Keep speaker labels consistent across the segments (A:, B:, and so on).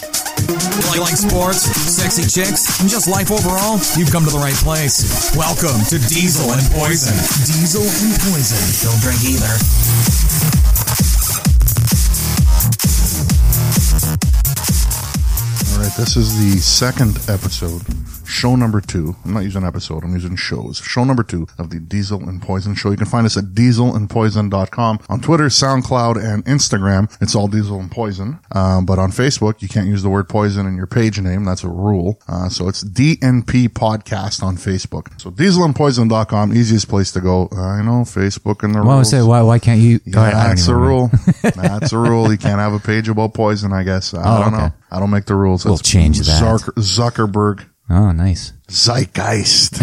A: If you like sports, sexy chicks, and just life overall, you've come to the right place. Welcome to Diesel and Poison. Diesel and Poison. Don't drink either.
B: All right, this is the second episode, show number two. I'm not using episode, I'm using shows. Show number two of the Diesel and Poison show. You can find us at dieselandpoison.com on Twitter, SoundCloud, and Instagram. It's all Diesel and Poison. Um, but on Facebook, you can't use the word poison in your page name. That's a rule. Uh, so it's DNP Podcast on Facebook. So dieselandpoison.com, easiest place to go. I know, Facebook and the
C: Well, I
B: rules.
C: say, why, why can't you? Go
B: Yeah,
C: ahead, I don't
B: that's
C: even
B: a
C: remember.
B: rule. that's a rule. You can't have a page about poison, I guess. I don't
C: Oh, okay.
B: know. I don't make the rules.
C: We'll
B: That's
C: change that.
B: Zucker- Zuckerberg
C: Oh, nice.
B: zeitgeist.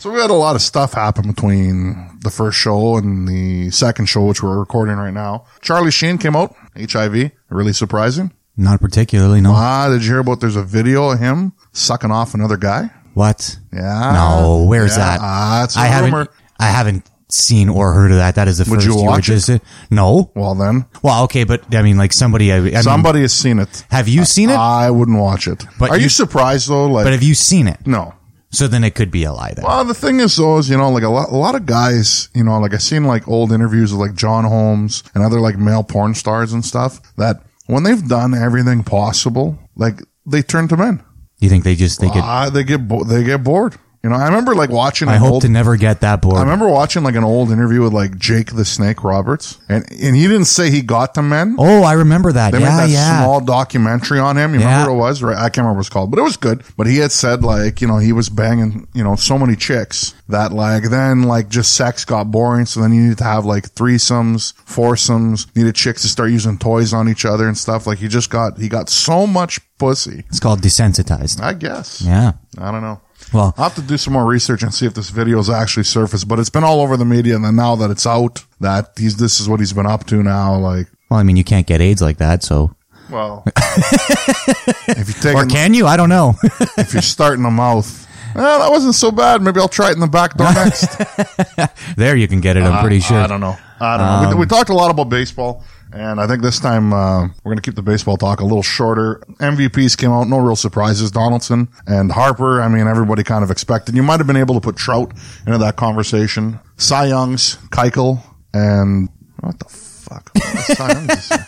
B: so we had a lot of stuff happen between the first show and the second show, which we're recording right now. Charlie Sheen came out, HIV. Really surprising.
C: Not particularly, no.
B: Ah, did you hear about there's a video of him sucking off another guy?
C: What?
B: Yeah.
C: No, where's
B: Yeah.
C: that?
B: Ah, it's a
C: I haven't.
B: rumor.
C: I haven't seen or heard of that. That is the
B: Would
C: first
B: you
C: you
B: watch
C: just did- No.
B: Well, then,
C: Well, okay, but I mean, like somebody. I, I mean,
B: somebody has seen it.
C: have you seen it?
B: I uh, wouldn't watch it.
C: But
B: Are you,
C: you-
B: surprised though? Like,
C: but have you seen it?
B: no.
C: So then it could be a lie. Then.
B: Well, the thing is, though, is you know, like a lot, a lot of guys, you know, like I seen like old interviews of like John Holmes and other like male porn stars and stuff that when they've done everything possible, like they turn to men.
C: You think they just they could?
B: Ah, they get bo- they get bored. You know, I remember like watching.
C: I
B: an
C: hope
B: old,
C: to never get that bored.
B: I remember watching like an old interview with like Jake the Snake Roberts, and and he didn't say he got to men.
C: oh, I remember that.
B: They
C: yeah,
B: made that
C: yeah.
B: small documentary on him. You
C: Yeah.
B: remember what it was? Right? I can't remember what it's called, but it was good. But he had said like, you know, he was banging, you know, so many chicks that like then like just sex got boring. So then you needed to have like threesomes, foursomes, needed chicks to start using toys on each other and stuff. Like he just got, he got so much pussy.
C: it's called desensitized.
B: I guess.
C: Yeah.
B: I don't know.
C: Well,
B: I'll have to do some more research and see if this video's actually surfaced, but it's been all over the media. And then now that it's out that he's, this is what he's been up to now. Like,
C: well, I mean, you can't get AIDS like that, so
B: well, if you take
C: or
B: it-
C: can you? I don't know.
B: if you're starting a mouth. Well, that wasn't so bad. Maybe I'll try it in the back door next.
C: there, you can get it. I'm pretty sure.
B: I don't know. I don't know. We, we talked a lot about baseball, and I think this time uh, we're going to keep the baseball talk a little shorter. MVPs came out, no real surprises. Donaldson and Harper. I mean, everybody kind of expected. You might have been able to put Trout into that conversation. Cy Youngs, Keuchel, and what the fuck? What was Cy Young this year?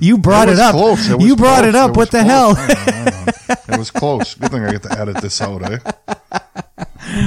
C: you brought
B: It
C: it,
B: was
C: up.
B: close. It was
C: you brought
B: close.
C: it up.
B: was
C: what the
B: close.
C: hell?
B: Hang on, hang on. It was close. Good thing I get to edit this out, eh?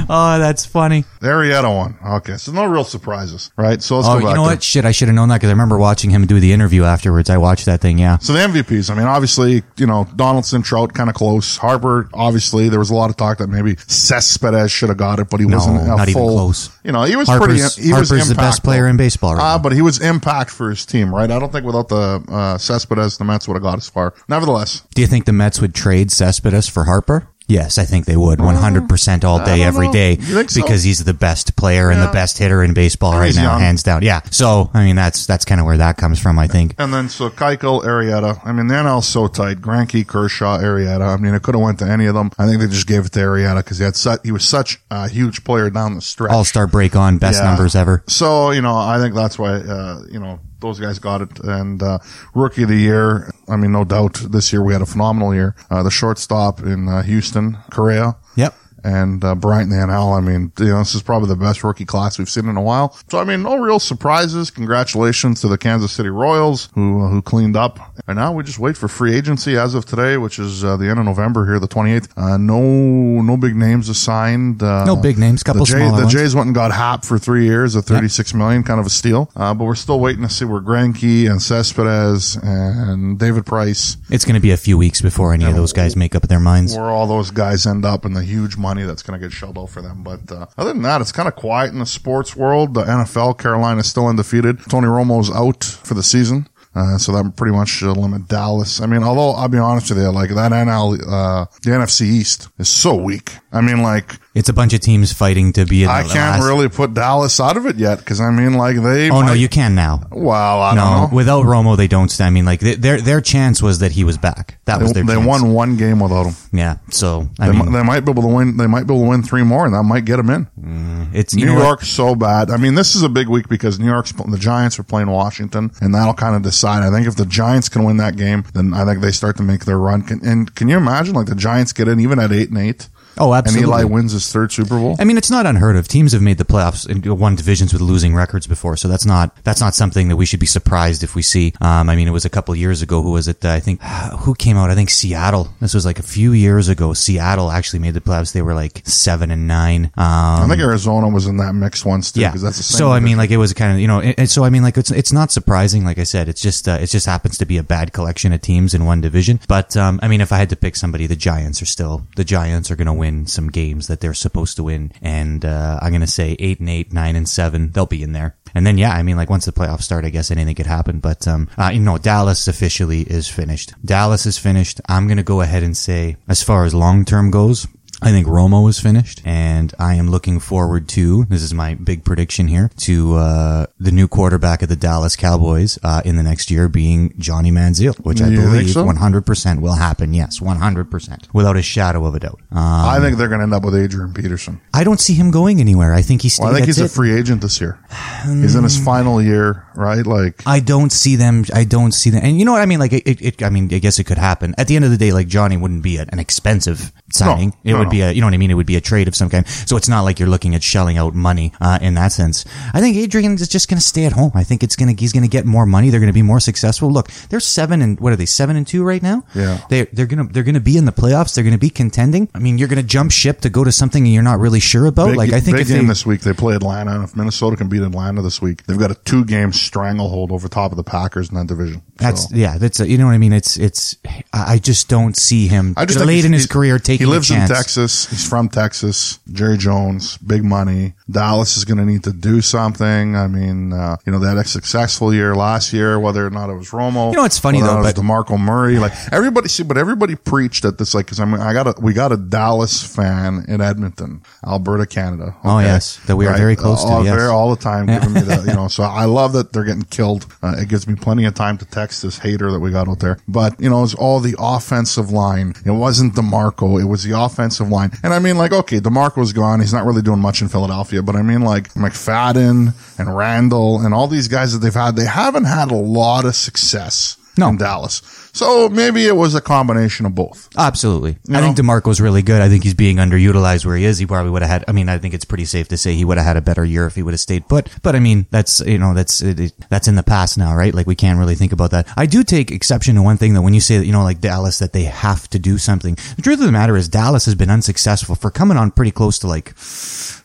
C: Oh, that's funny.
B: The Arietta one. Okay, so no real surprises, right? So let's
C: Oh,
B: go back.
C: you know
B: there.
C: what? Shit, I should have known that because I remember watching him do the interview afterwards. I watched that thing. Yeah.
B: So the MVPs. I mean, obviously, you know, Donaldson, Trout, kind of close. Harper, obviously, there was a lot of talk that maybe Cespedes should have got it, but he wasn't a
C: not even
B: full-
C: close.
B: You know, he was
C: Harper's,
B: pretty. He
C: Harper's
B: was
C: the best
B: impactful.
C: player in baseball right
B: Uh,
C: now.
B: but he was impact for his team, right? I don't think without the uh, Cespedes, the Mets would have got as far. Nevertheless,
C: Do you think the Mets would trade Cespedes for Harper? Yes, I think they would. 100% all day,
B: Uh, don't
C: every
B: know.
C: day.
B: You think so?
C: Because he's the best player and the best hitter in baseball right
B: he's
C: now,
B: young.
C: hands down. Yeah. So, I mean, that's that's kind of where that comes from, I think.
B: and then so Keuchel, Arietta. I mean, the NL's so tight. Granke, Kershaw, Arietta. I mean, it could have went to any of them. I think they just gave it to Arietta because he had such, he was such a huge player down the stretch.
C: All star break on, best
B: Yeah.
C: numbers ever.
B: So you know, I think that's why uh, you know those guys got it. And uh, rookie of the year, I mean, no doubt this year we had a phenomenal year. Uh, the shortstop in uh, Houston, Correa.
C: Yep.
B: And uh, Bryant Nanhal, I mean, you know, this is probably the best rookie class we've seen in a while. So, I mean, no real surprises. Congratulations to the Kansas City Royals who uh, who cleaned up. And now we just wait for free agency as of today, which is uh, the end of November here, the 28th. Uh, no no big names assigned. Uh,
C: No big names, couple
B: the Jay-
C: smaller
B: the
C: ones.
B: Jays went and got Hap for three years at thirty-six million, kind of a steal. Uh, but we're still waiting to see where Granke and Cespedes and David Price,
C: It's going to be a few weeks before any of those guys make up their minds.
B: where all those guys end up, and the huge money that's going to get shelled out for them. But uh, other than that, it's kind of quiet in the sports world. The NFL, Carolina's still undefeated. Tony Romo's out for the season. Uh, so that pretty much should limit Dallas. I mean, although I'll be honest with you, like that NL, uh, the NFC East is so weak. I mean, like
C: It's a bunch of teams fighting to be in.
B: I
C: the
B: can't
C: last-
B: really put Dallas out of it yet because I mean, like they.
C: Oh no,
B: might-
C: you can now.
B: Well, I
C: No,
B: don't know.
C: without Romo, they don't. stand- I mean, like th- their their chance was that he was back. That was
B: They, they
C: their. chance.
B: won one game without him.
C: Yeah. So I
B: They, mi-
C: mean,
B: they might be able to win. They might be able to win three more, and that might get them in.
C: it's you
B: New
C: know what?
B: York's so bad. I mean, this is a big week because New York's the Giants are playing Washington, and that'll kind of decide. I think if the Giants can win that game, then I think they start to make their run. Can, and can you imagine like the Giants get in even at eight and eight,
C: Oh, absolutely.
B: and Eli wins his third Super Bowl?
C: I mean, it's not unheard of. Teams have made the playoffs and won divisions with losing records before, so that's not that's not something that we should be surprised if we see. Um, I mean, it was a couple of years ago. Who was it? that I think who came out? I think Seattle. This was like a few years ago. Seattle actually made the playoffs. They were like seven and nine. Um,
B: I think Arizona was in that mix once too, because that's the same.
C: so I
B: division.
C: mean, like it was kind of you know, and, and so I mean, like it's it's not surprising. Like I said, it's just uh, it just happens to be a bad collection of teams in one division. But um, I mean, if I had to pick somebody, the Giants are still the Giants are going to win some games that they're supposed to win, and uh, I'm going to say eight and eight, nine and seven, they'll be in there. And then yeah, I mean, like once the playoffs start, I guess anything could happen. But um, uh, you know, Dallas officially is finished. Dallas is finished. I'm going to go ahead and say, as far as long term goes, I think Romo is finished, and I am looking forward to this is my big prediction here to uh, the new quarterback of the Dallas Cowboys uh, in the next year being Johnny Manziel, which I
B: You think
C: believe
B: so?
C: 100% will happen. Yes, 100%, without a shadow of a doubt. Uh,
B: I think they're going to end up with Adrian Peterson.
C: I don't see him going anywhere. I think he's.
B: Well, I think
C: that's
B: he's a
C: it. Mm.
B: free agent this year. He's in his final year, right? Like
C: I don't see them. I don't see them. And you know what I mean? Like, it, it, it, I mean, I guess it could happen. At the end of the day, like, Johnny wouldn't be an expensive signing. it
B: no,
C: would
B: no.
C: be a, you know what I mean? It would be a trade of some kind. So it's not like you're looking at shelling out money, uh, in that sense. I think Adrian is just going to stay at home. I think it's going to, he's going to get more money. They're going to be more successful. Look, they're seven and, what are they, seven and two right now?
B: Yeah.
C: They're, they're going to, they're going to be in the playoffs. They're going to be contending. I mean, you're going to jump ship to go to something you're not really sure about.
B: big,
C: Oh,
B: E
C: like, I think
B: big
C: if
B: game
C: they,
B: this week they play Atlanta. And if Minnesota can beat Atlanta this week, they've got a two game stranglehold over top of the Packers in that division.
C: That's
B: So-
C: yeah. That's you know what I mean. It's it's. I I just don't see him
B: I just think
C: late
B: he's-
C: in his
B: he's-
C: career taking.
B: He lives
C: a chance.
B: in Texas. He's from Texas. Jerry Jones, big money. Dallas is going to need to do something. I mean, uh, you know, they had a successful year last year, whether or not it was Romo.
C: You know, it's funny,
B: whether or
C: though,
B: not it
C: but-
B: was Demarco Murray. Like everybody, see, but everybody preached at this. Like, because I mean, I got a we got a Dallas fan in Edmonton, Alberta, Canada. Uh,
C: Oh, yes, that we are very close to,
B: All,
C: yes.
B: very- all the time, giving me the you know. So I love that they're getting killed. Uh, it gives me plenty of time to text this hater that we got out there. But you know, it's all the offensive line. It wasn't Demarco. It was the offensive line. And I mean, like, okay, Demarco's gone. He's not really doing much in Philadelphia. But I mean, like McFadden and Randall and all these guys that they've had, they haven't had a lot of success
C: No.
B: in Dallas. So maybe it was a combination of both.
C: Absolutely,
B: know?
C: I think Demarco's really good. I think he's being underutilized where he is. He probably would have had. I mean, I think it's pretty safe to say he would have had a better year if he would have stayed put. But I mean, that's you know that's it, it- that's in the past now, right? Like we can't really think about that. I do take exception to one thing though. When you say that you know like Dallas that they have to do something, the truth of the matter is Dallas has been unsuccessful for coming on pretty close to like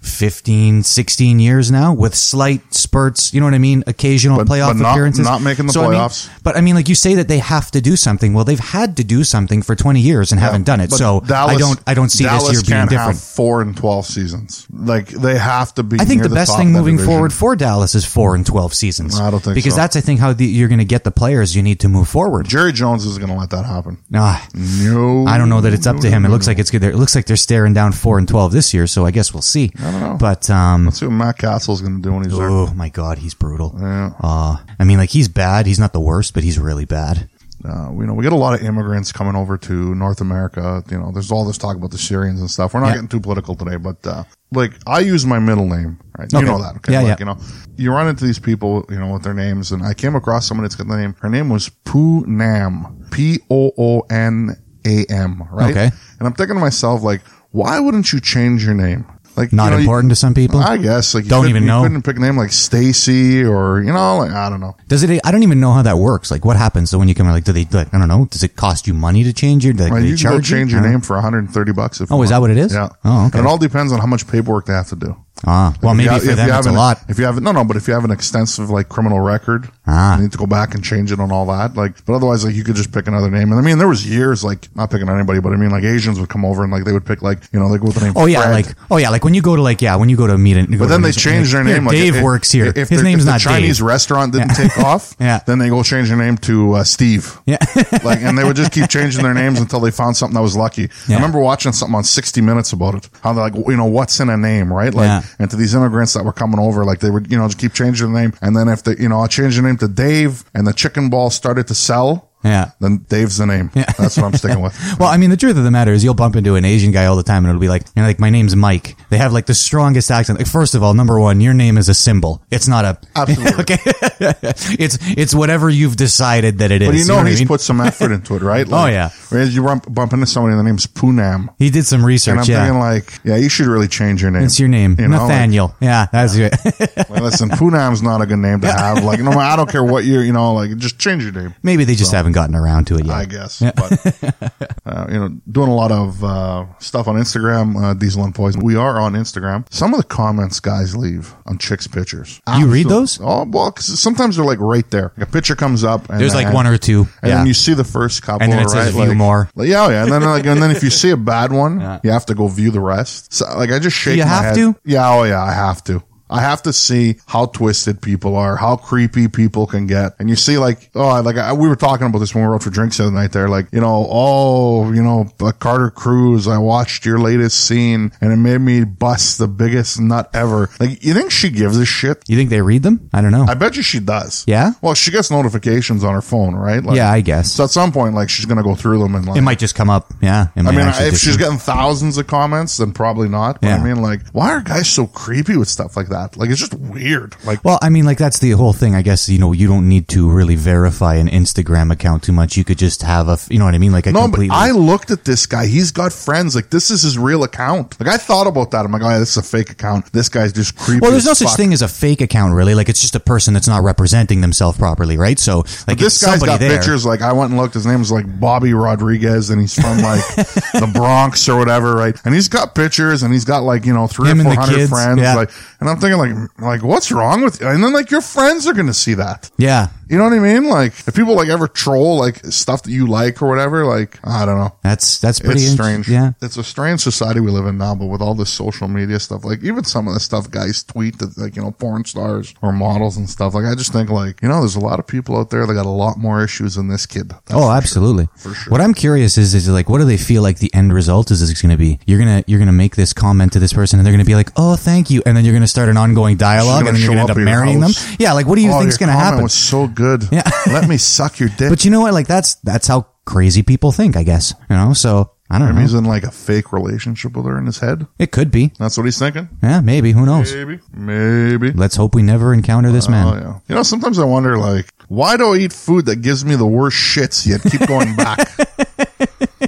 C: 15, 16 years now with slight spurts. You know what I mean? Occasional
B: But-
C: playoff
B: but not-
C: appearances.
B: not making the
C: I mean-
B: playoffs.
C: but I mean, like you say that they have to do something. Well, they've had to do something for 20 years and haven't done it.
B: But
C: So I don't, I don't see
B: Dallas
C: this year being
B: can't
C: different.
B: Have four and twelve seasons, like they have to be.
C: I think
B: near
C: the best
B: top
C: thing
B: of that
C: moving
B: division.
C: forward for Dallas is four and 12 seasons.
B: I don't think
C: because
B: so.
C: that's, I think, how the, you're going to get the players you need to move forward.
B: Jerry Jones is going to let that happen.
C: Ah,
B: No,
C: I don't know that it's up to him. It looks like it's good. It looks like they're staring down four and 12 this year. So I guess we'll see. I don't know. But, um,
B: Let's see what Matt Castle's going to do when he's there.
C: Oh my god, he's brutal. Uh, I mean, like he's bad. He's not the worst, but he's really bad.
B: Uh, we know we get a lot of immigrants coming over to North America. You know, there's all this talk about the Syrians and stuff. We're not
C: Yeah.
B: getting too political today, but uh, like I use my middle name, right? You
C: Okay.
B: know that, okay?
C: Yeah,
B: like,
C: yeah.
B: You know, you run into these people, you know, with their names, and I came across someone that's got the name. Her name was Poo Nam, P O O N A M, right?
C: Okay.
B: And I'm thinking to myself, like, why wouldn't you change your name? Like,
C: Not
B: you know, you-
C: important to some people.
B: I guess like you
C: Don't
B: couldn't-
C: even
B: you
C: know.
B: couldn't pick a name like Stacy or you know like I don't know.
C: Does it? I don't even know how that works. Like, what happens? So when you come, in, like, do they? Like, I don't know. Does it cost you money to change your? Like,
B: Right,
C: they
B: you can go
C: charge you?
B: change your
C: I don't-
B: name for 130 bucks. If
C: Oh,
B: you want.
C: is that what it is?
B: Yeah.
C: Oh, okay.
B: And it all depends on how much paperwork they have to do.
C: Ah, well,
B: If you
C: maybe
B: ha-
C: for
B: if
C: them
B: you
C: it's a
B: have an-
C: lot.
B: If you have no, no, but if you have an extensive like criminal record,
C: Ah.
B: you need to go back and change it on all that. Like, but otherwise, like you could just pick another name. And I mean, there was years like not picking on anybody, but I mean, like Asians would come over and like they would pick like you know they go with the name.
C: Oh yeah,
B: Fred.
C: like oh yeah, like when you go to like yeah, when you go to meet and
B: But then they changed their name. like,
C: Dave
B: if-
C: works here.
B: If
C: His
B: the-
C: name's
B: if the
C: not
B: Chinese
C: Dave.
B: restaurant didn't take off,
C: Yeah.
B: then they go change their name to uh, Steve.
C: Yeah.
B: like, and they would just keep changing their names until they found something that was lucky. I
C: Yeah.
B: remember watching something on 60 Minutes about it. How they're like, you know, what's in a name, right? Like,
C: Yeah.
B: and to these immigrants that were coming over, like they would, you know, just keep changing the name. And then if they, you know, I changed the name to Dave and the chicken ball started to sell.
C: Yeah.
B: Then Dave's the name. Yeah. That's what I'm sticking with.
C: Well, I mean, the truth of the matter is, you'll bump into an Asian guy all the time, and it'll be like, you know, like my name's Mike. They have like the strongest accent. Like, first of all, number one, your name is a symbol. It's not a.
B: Absolutely.
C: okay. it's it's whatever you've decided that it is.
B: But you know,
C: what I
B: he's
C: mean? Oh,
B: put some effort into it, right? Like,
C: yeah.
B: whereas You bump, bump into somebody, the name's Poonam.
C: he did some
B: And I'm
C: research. Yeah,
B: thinking like, yeah, you should really change your name.
C: it's your name,
B: You know, like,
C: Nathaniel. yeah, that's it.
B: like, listen, Poonam's not a good name to have. Like, no, I don't care what you're, you know, like, just change your name.
C: Maybe they just haven't gotten around to it yet.
B: I guess. But, uh, you know, doing a lot of uh, stuff on Instagram, uh, Diesel and Poison. We are on Instagram. Some of the comments guys leave on chicks' pictures.
C: You read
B: Absolute-
C: those?
B: Oh, well, 'cause sometimes they're like right there. Like, a picture comes up. And
C: There's, like,
B: then-
C: one or two.
B: And
C: Yeah.
B: then you see the first couple.
C: And then it says
B: right?
C: view
B: Like-
C: more.
B: Like, yeah, oh, yeah. And then, like, and then if you see a bad one, you have to go view the rest. So, like, I just shake
C: you
B: my
C: have
B: head.
C: to?
B: Yeah, oh yeah, I have to. I have to see how twisted people are, how creepy people can get. And you see like, oh, like I, we were talking about this when we were out for drinks the other night there, like, you know, oh, you know, uh, Carter Cruz, I watched your latest scene and it made me bust the biggest nut ever. Like, you think she gives a shit?
C: You think they read them? I don't know.
B: I bet you she does.
C: Yeah?
B: Well, she gets notifications on her phone, right? Like,
C: yeah, I guess
B: So at some point, like, she's going to go through them and like,
C: it might just come up. Yeah, it
B: I
C: might
B: mean,
C: actually
B: if
C: just-
B: she's getting thousands of comments, then probably not. But I
C: Yeah.
B: mean, like, why are guys so creepy with stuff like that? Like, it's just weird. Like,
C: Well, I mean, like that's the whole thing. I guess you know you don't need to really verify an Instagram account too much. You could just have a, f- you know what I mean, like a
B: no, but
C: completely.
B: I looked at this guy. He's got friends. Like, this is his real account. Like, I thought about that. I'm like, oh, yeah, this is a fake account. This guy's just creepy.
C: well, there's
B: as
C: no such
B: fuck.
C: thing as a fake account, really. Like it's just a person that's not representing themselves properly, right? So, like it's
B: This guy's
C: somebody
B: got
C: there.
B: pictures. Like, I went and looked. His name's like Bobby Rodriguez, and he's from like the Bronx or whatever, right? And he's got pictures, and he's got like you know three
C: Him
B: or four
C: and the
B: hundred
C: kids,
B: friends.
C: yeah.
B: Like, and I'm thinking like, like what's wrong with you? And then like your friends are gonna see that.
C: Yeah,
B: You know what I mean? Like if people like ever troll like stuff that you like or whatever, like I don't know.
C: that's that's pretty
B: It's
C: int-
B: strange.
C: Yeah,
B: It's a strange society we live in now, but with all this social media stuff, like even some of the stuff guys tweet that like, you know, porn stars or models and stuff. Like I just think like, you know, there's a lot of people out there that got a lot more issues than this kid. That's
C: oh, absolutely. What I'm curious is, is like, what do they feel like the end result is, is going to be? You're gonna, you're gonna make this comment to this person, and they're gonna be like, "Oh, thank you," and then you're gonna start an ongoing dialogue,
B: gonna
C: and then you're
B: show
C: gonna
B: up
C: end up
B: at your
C: marrying
B: house.
C: them. Yeah, like, what do you
B: Oh,
C: think's
B: your
C: gonna
B: comment
C: happen?
B: was so good. Yeah. Let me suck your dick.
C: But you know what? Like that's that's how crazy people think, I guess. You know, so I don't know.
B: He's in like a fake relationship with her in his head.
C: It could be.
B: That's what he's thinking.
C: Yeah, maybe. Who knows?
B: Maybe. Maybe.
C: Let's hope we never encounter this
B: Oh
C: man.
B: yeah. You know, sometimes I wonder, like, why do I eat food that gives me the worst shits yet keep going back?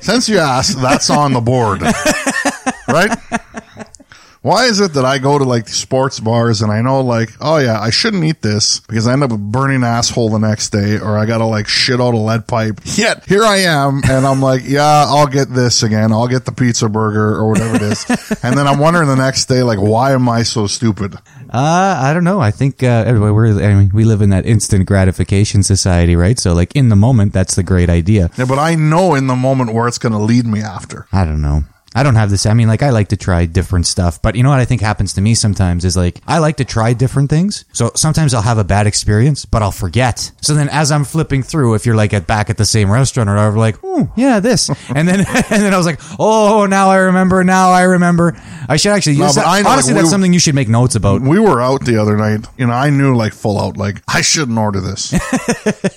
B: Since you asked, that's on the board, right? Why is it that I go to like sports bars and I know like, oh yeah, I shouldn't eat this because I end up with burning asshole the next day or I gotta like shit out a lead pipe. Yet here I am and I'm like, yeah, I'll get this again. I'll get the pizza burger or whatever it is. and then I'm wondering the next day, like, why am I so stupid?
C: Uh, I don't know. I think uh, everybody, we're, I mean, we live in that instant gratification society, right? So, like in the moment, that's the great idea.
B: Yeah, but I know in the moment where it's going to lead me after.
C: I don't know. I don't have this. I mean, like, I like to try different stuff, but you know what I think happens to me sometimes is like, I like to try different things. So sometimes I'll have a bad experience, but I'll forget. So then as I'm flipping through, if you're like at back at the same restaurant or whatever, like, oh, yeah, this. And then, and then I was like, oh, now I remember. Now I remember. I should actually,
B: No,
C: use
B: but
C: that,
B: I know, like,
C: honestly, that's
B: we-
C: something you should make notes about.
B: We were out the other night, and I knew like full out, like I shouldn't order this.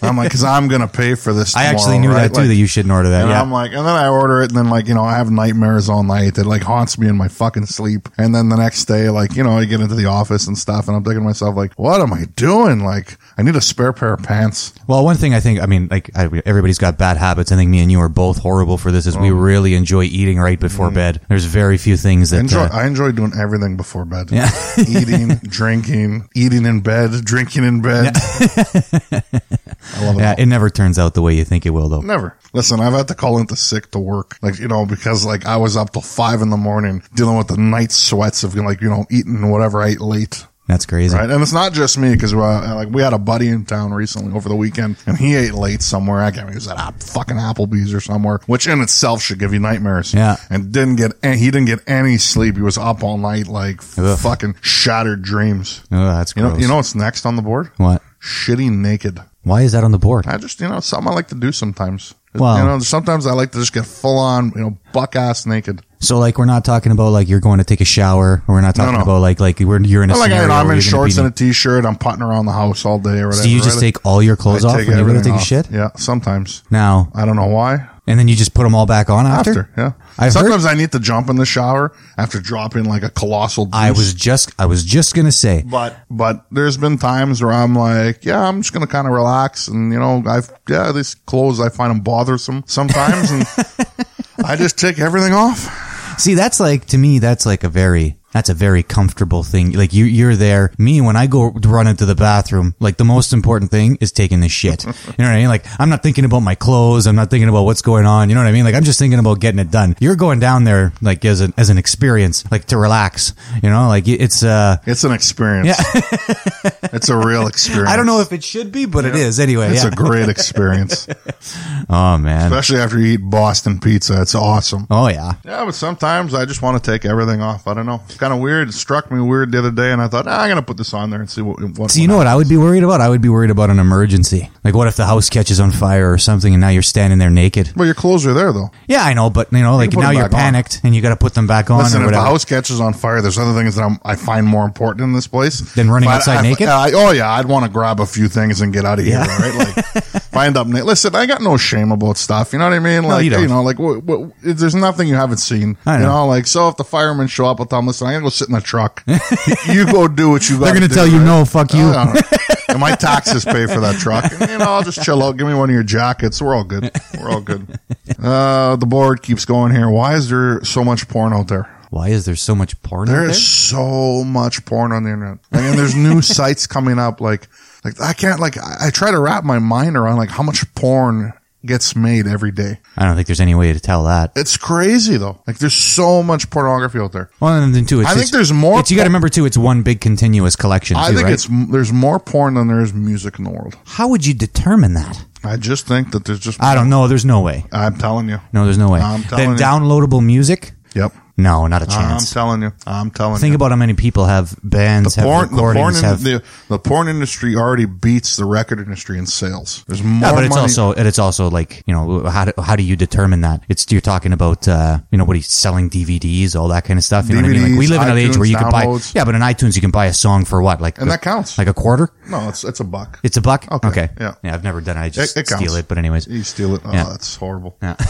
B: I'm like, because I'm going to pay for this.
C: I actually
B: tomorrow,
C: knew
B: right?
C: that too,
B: Like,
C: that you shouldn't order that.
B: and
C: Yeah.
B: I'm like, and then I order it, and then like you know, I have nightmares all night that like haunts me in my fucking sleep. And then the next day, like you know, I get into the office and stuff, and I'm thinking to myself, like, what am I doing? Like, I need a spare pair of pants.
C: Well, one thing I think, I mean, like I, everybody's got bad habits. I think me and you are both horrible for this. Is
B: Oh.
C: we really enjoy eating right before bed. There's very few things that.
B: Mm-hmm. Enjoy,
C: uh,
B: I enjoy doing everything before bed. eating, drinking, eating in bed, drinking in bed. I love it.
C: yeah,
B: all.
C: it never turns out the way you think it will, though.
B: Never. Listen, I've had to call into sick to work. Like, you know, because like I was up till five in the morning dealing with the night sweats of like, you know, eating whatever I ate late.
C: That's crazy.
B: Right. And it's not just me because like we had a buddy in town recently over the weekend and he ate late somewhere. I can't remember. He was at a fucking Applebee's or somewhere, which in itself should give you nightmares.
C: Yeah.
B: And didn't get, and he didn't get any sleep. He was up all night, like
C: Ugh.
B: fucking shattered dreams.
C: Oh, that's
B: You
C: gross.
B: know, you know what's next on the board?
C: what?
B: Shitty naked.
C: Why is that on the board?
B: I just, you know, it's something I like to do sometimes.
C: Wow.
B: You know, sometimes I like to just get full on, you know, buck ass naked.
C: So like we're not talking about like you're going to take a shower, or we're not talking
B: no.
C: about like like we're, you're in a
B: I like,
C: scenario.
B: I, am
C: where
B: in
C: you're gonna
B: shorts
C: be-
B: and a t-shirt. I'm putting around the house all day or whatever.
C: so you just
B: I-
C: take all your clothes
B: I
C: off
B: take
C: when you're gonna
B: everything
C: take a
B: off.
C: shit?
B: Yeah, sometimes.
C: Now
B: I don't know why.
C: and then you just put them all back on after.
B: After, yeah.
C: I've heard-
B: sometimes I need to jump in the shower after dropping like a colossal deuce.
C: I was just I was just gonna say
B: But but there's been times where I'm like, yeah, I'm just gonna kind of relax, and you know, I've yeah, these clothes I find them bothersome sometimes, and I just take everything off.
C: See, that's like to me, that's like a very that's a very comfortable thing. Like you, you're there. Me, when I go run into the bathroom, like the most important thing is taking the shit. You know what I mean? Like I'm not thinking about my clothes. I'm not thinking about what's going on. You know what I mean? Like I'm just thinking about getting it done. You're going down there like as an as an experience, like to relax. You know, like it's uh,
B: It's an experience. it's a real experience.
C: I don't know if it should be, but it is anyway.
B: It's
C: Yeah.
B: a great experience,
C: oh man.
B: especially after you eat Boston pizza. It's awesome.
C: Oh yeah.
B: Yeah, but sometimes I just want to take everything off. I don't know. It's kind of weird. It struck me weird the other day, and I thought, ah, I'm gonna put this on there and see what. what
C: So you know what I would be worried about? I would be worried about an emergency. Like what if the house catches on fire or something, and now you're standing there naked.
B: But your clothes are there though.
C: Yeah, I know, but you know, like
B: can put
C: now
B: them
C: you're
B: back on.
C: panicked and you got to put them back on
B: Listen,
C: or
B: if the
C: whatever.
B: house catches on fire, there's other things that I'm, I find more important in this place
C: Than running
B: But
C: outside
B: I-
C: naked?
B: I- oh yeah, I'd want to grab a few things and get out of here. Right? Like, if I end up. na- Listen, I got no shame about stuff. You know what I mean? Like,
C: you don't.
B: know, like wh- wh- there's nothing you haven't seen.
C: I
B: You
C: know.
B: know, like so if the firemen show up, I'll tell them, listen, I gotta go sit in the truck. you go do what you.
C: They're
B: gotta
C: gonna
B: do,
C: tell you
B: right?
C: no, fuck you.
B: I don't know. Oh, and my taxes pay for that truck. And, you know, I'll just chill out. Give me one of your jackets. We're all good. We're all good. Uh, the board keeps going here. Why is there so much porn out there?
C: Why is there so much porn? out
B: There is so much porn on the internet. Like, and there's new sites coming up. Like, like I can't, like, I, I try to wrap my mind around, like, how much porn gets made every day.
C: I don't think there's any way to tell that.
B: It's crazy, though. Like, there's so much pornography out there.
C: Well, and then too, it's,
B: I think
C: it's-
B: there's more
C: It's, you got to remember too, it's one big continuous collection.
B: I
C: too,
B: think
C: right?
B: it's, there's more porn than there is music in the world.
C: How would you determine that?
B: I just think that there's just,
C: I don't know. There's no way.
B: I'm telling you.
C: No, there's no way.
B: I'm telling
C: then
B: you.
C: downloadable music?
B: Yep.
C: No, not a
B: I'm
C: chance.
B: telling you. I'm telling
C: think
B: you.
C: about how many people have bands, have
B: porn, the porn,
C: recordings,
B: in,
C: have.
B: the, the porn industry already beats the record industry in sales. There's more
C: yeah, but it's
B: money.
C: also and it's also like you know how do, how do you determine that? It's you're talking about uh, you know what he's selling DVDs, all that kind of stuff. You know what I mean? Like we
B: DVDs,
C: live in an age where
B: iTunes
C: you can buy
B: downloads.
C: yeah, but in iTunes you can buy a song for what like
B: And that counts.
C: like a quarter.
B: no, it's it's a buck.
C: It's a buck.
B: Okay,
C: Okay.
B: yeah.
C: I've never done. It. I just
B: It- it counts.
C: steal it. But anyways,
B: You steal it. Oh,
C: Yeah.
B: that's horrible.
C: Yeah.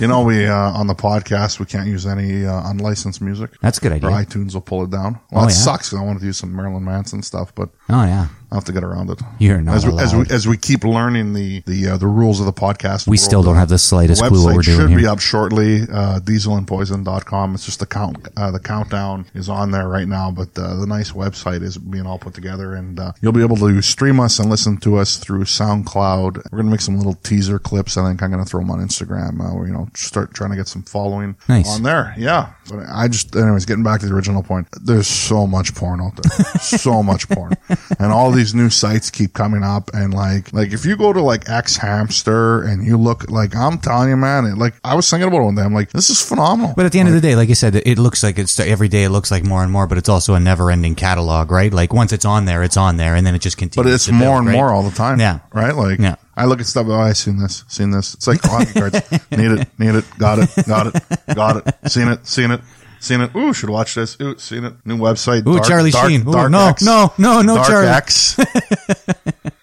B: you know, we uh, on the podcast we can't use any uh, unlicensed music.
C: That's a good idea.
B: Or iTunes will pull it down. Well,
C: Oh,
B: it
C: yeah.
B: sucks 'cause I wanted to use some Marilyn Manson stuff, but
C: oh yeah,
B: I will have to get around it.
C: You're not
B: as we, as we
C: allowed.
B: as we keep learning the the uh, the rules of the podcast.
C: we still don't have the slightest clue what we're
B: should
C: doing
B: be
C: here.
B: up shortly. Uh, dieselandpoison.com. It's just the count, uh, the countdown is on there right now, but uh, the nice website is being all put together and uh, you'll be able to stream us and listen to us through SoundCloud. We're going to make some little teaser clips. I think I'm going to throw them on Instagram. Uh, where, you know, start trying to get some following
C: Nice.
B: on there. Yeah. But I just, anyways, getting back to the original point, there's so much porn out there. so much porn. And all these new sites keep coming up. And like, like if you go to like X Hamster and you look, like, I'm telling you, man, it, like, I was thinking about it one day. I'm like, this is phenomenal.
C: But at the end of the day, like you said, it looks like it's every day. It looks like more and more, but it's also a never-ending catalog, right? Like once it's on there, it's on there, and then it just continues.
B: but it's
C: to build,
B: more and
C: right?
B: more all the time.
C: Yeah.
B: Right? Like,
C: Yeah.
B: I look at stuff. Oh, I seen this, seen this. It's like hockey cards. Need it, need it, got it, got it, got it. Seen it, seen it, seen it. Ooh, should watch this. Ooh, seen it. New website.
C: Ooh, Charlie Sheen. Ooh, no,
B: X.
C: no, no, Oh, no,
B: dark
C: Charlie.
B: X. you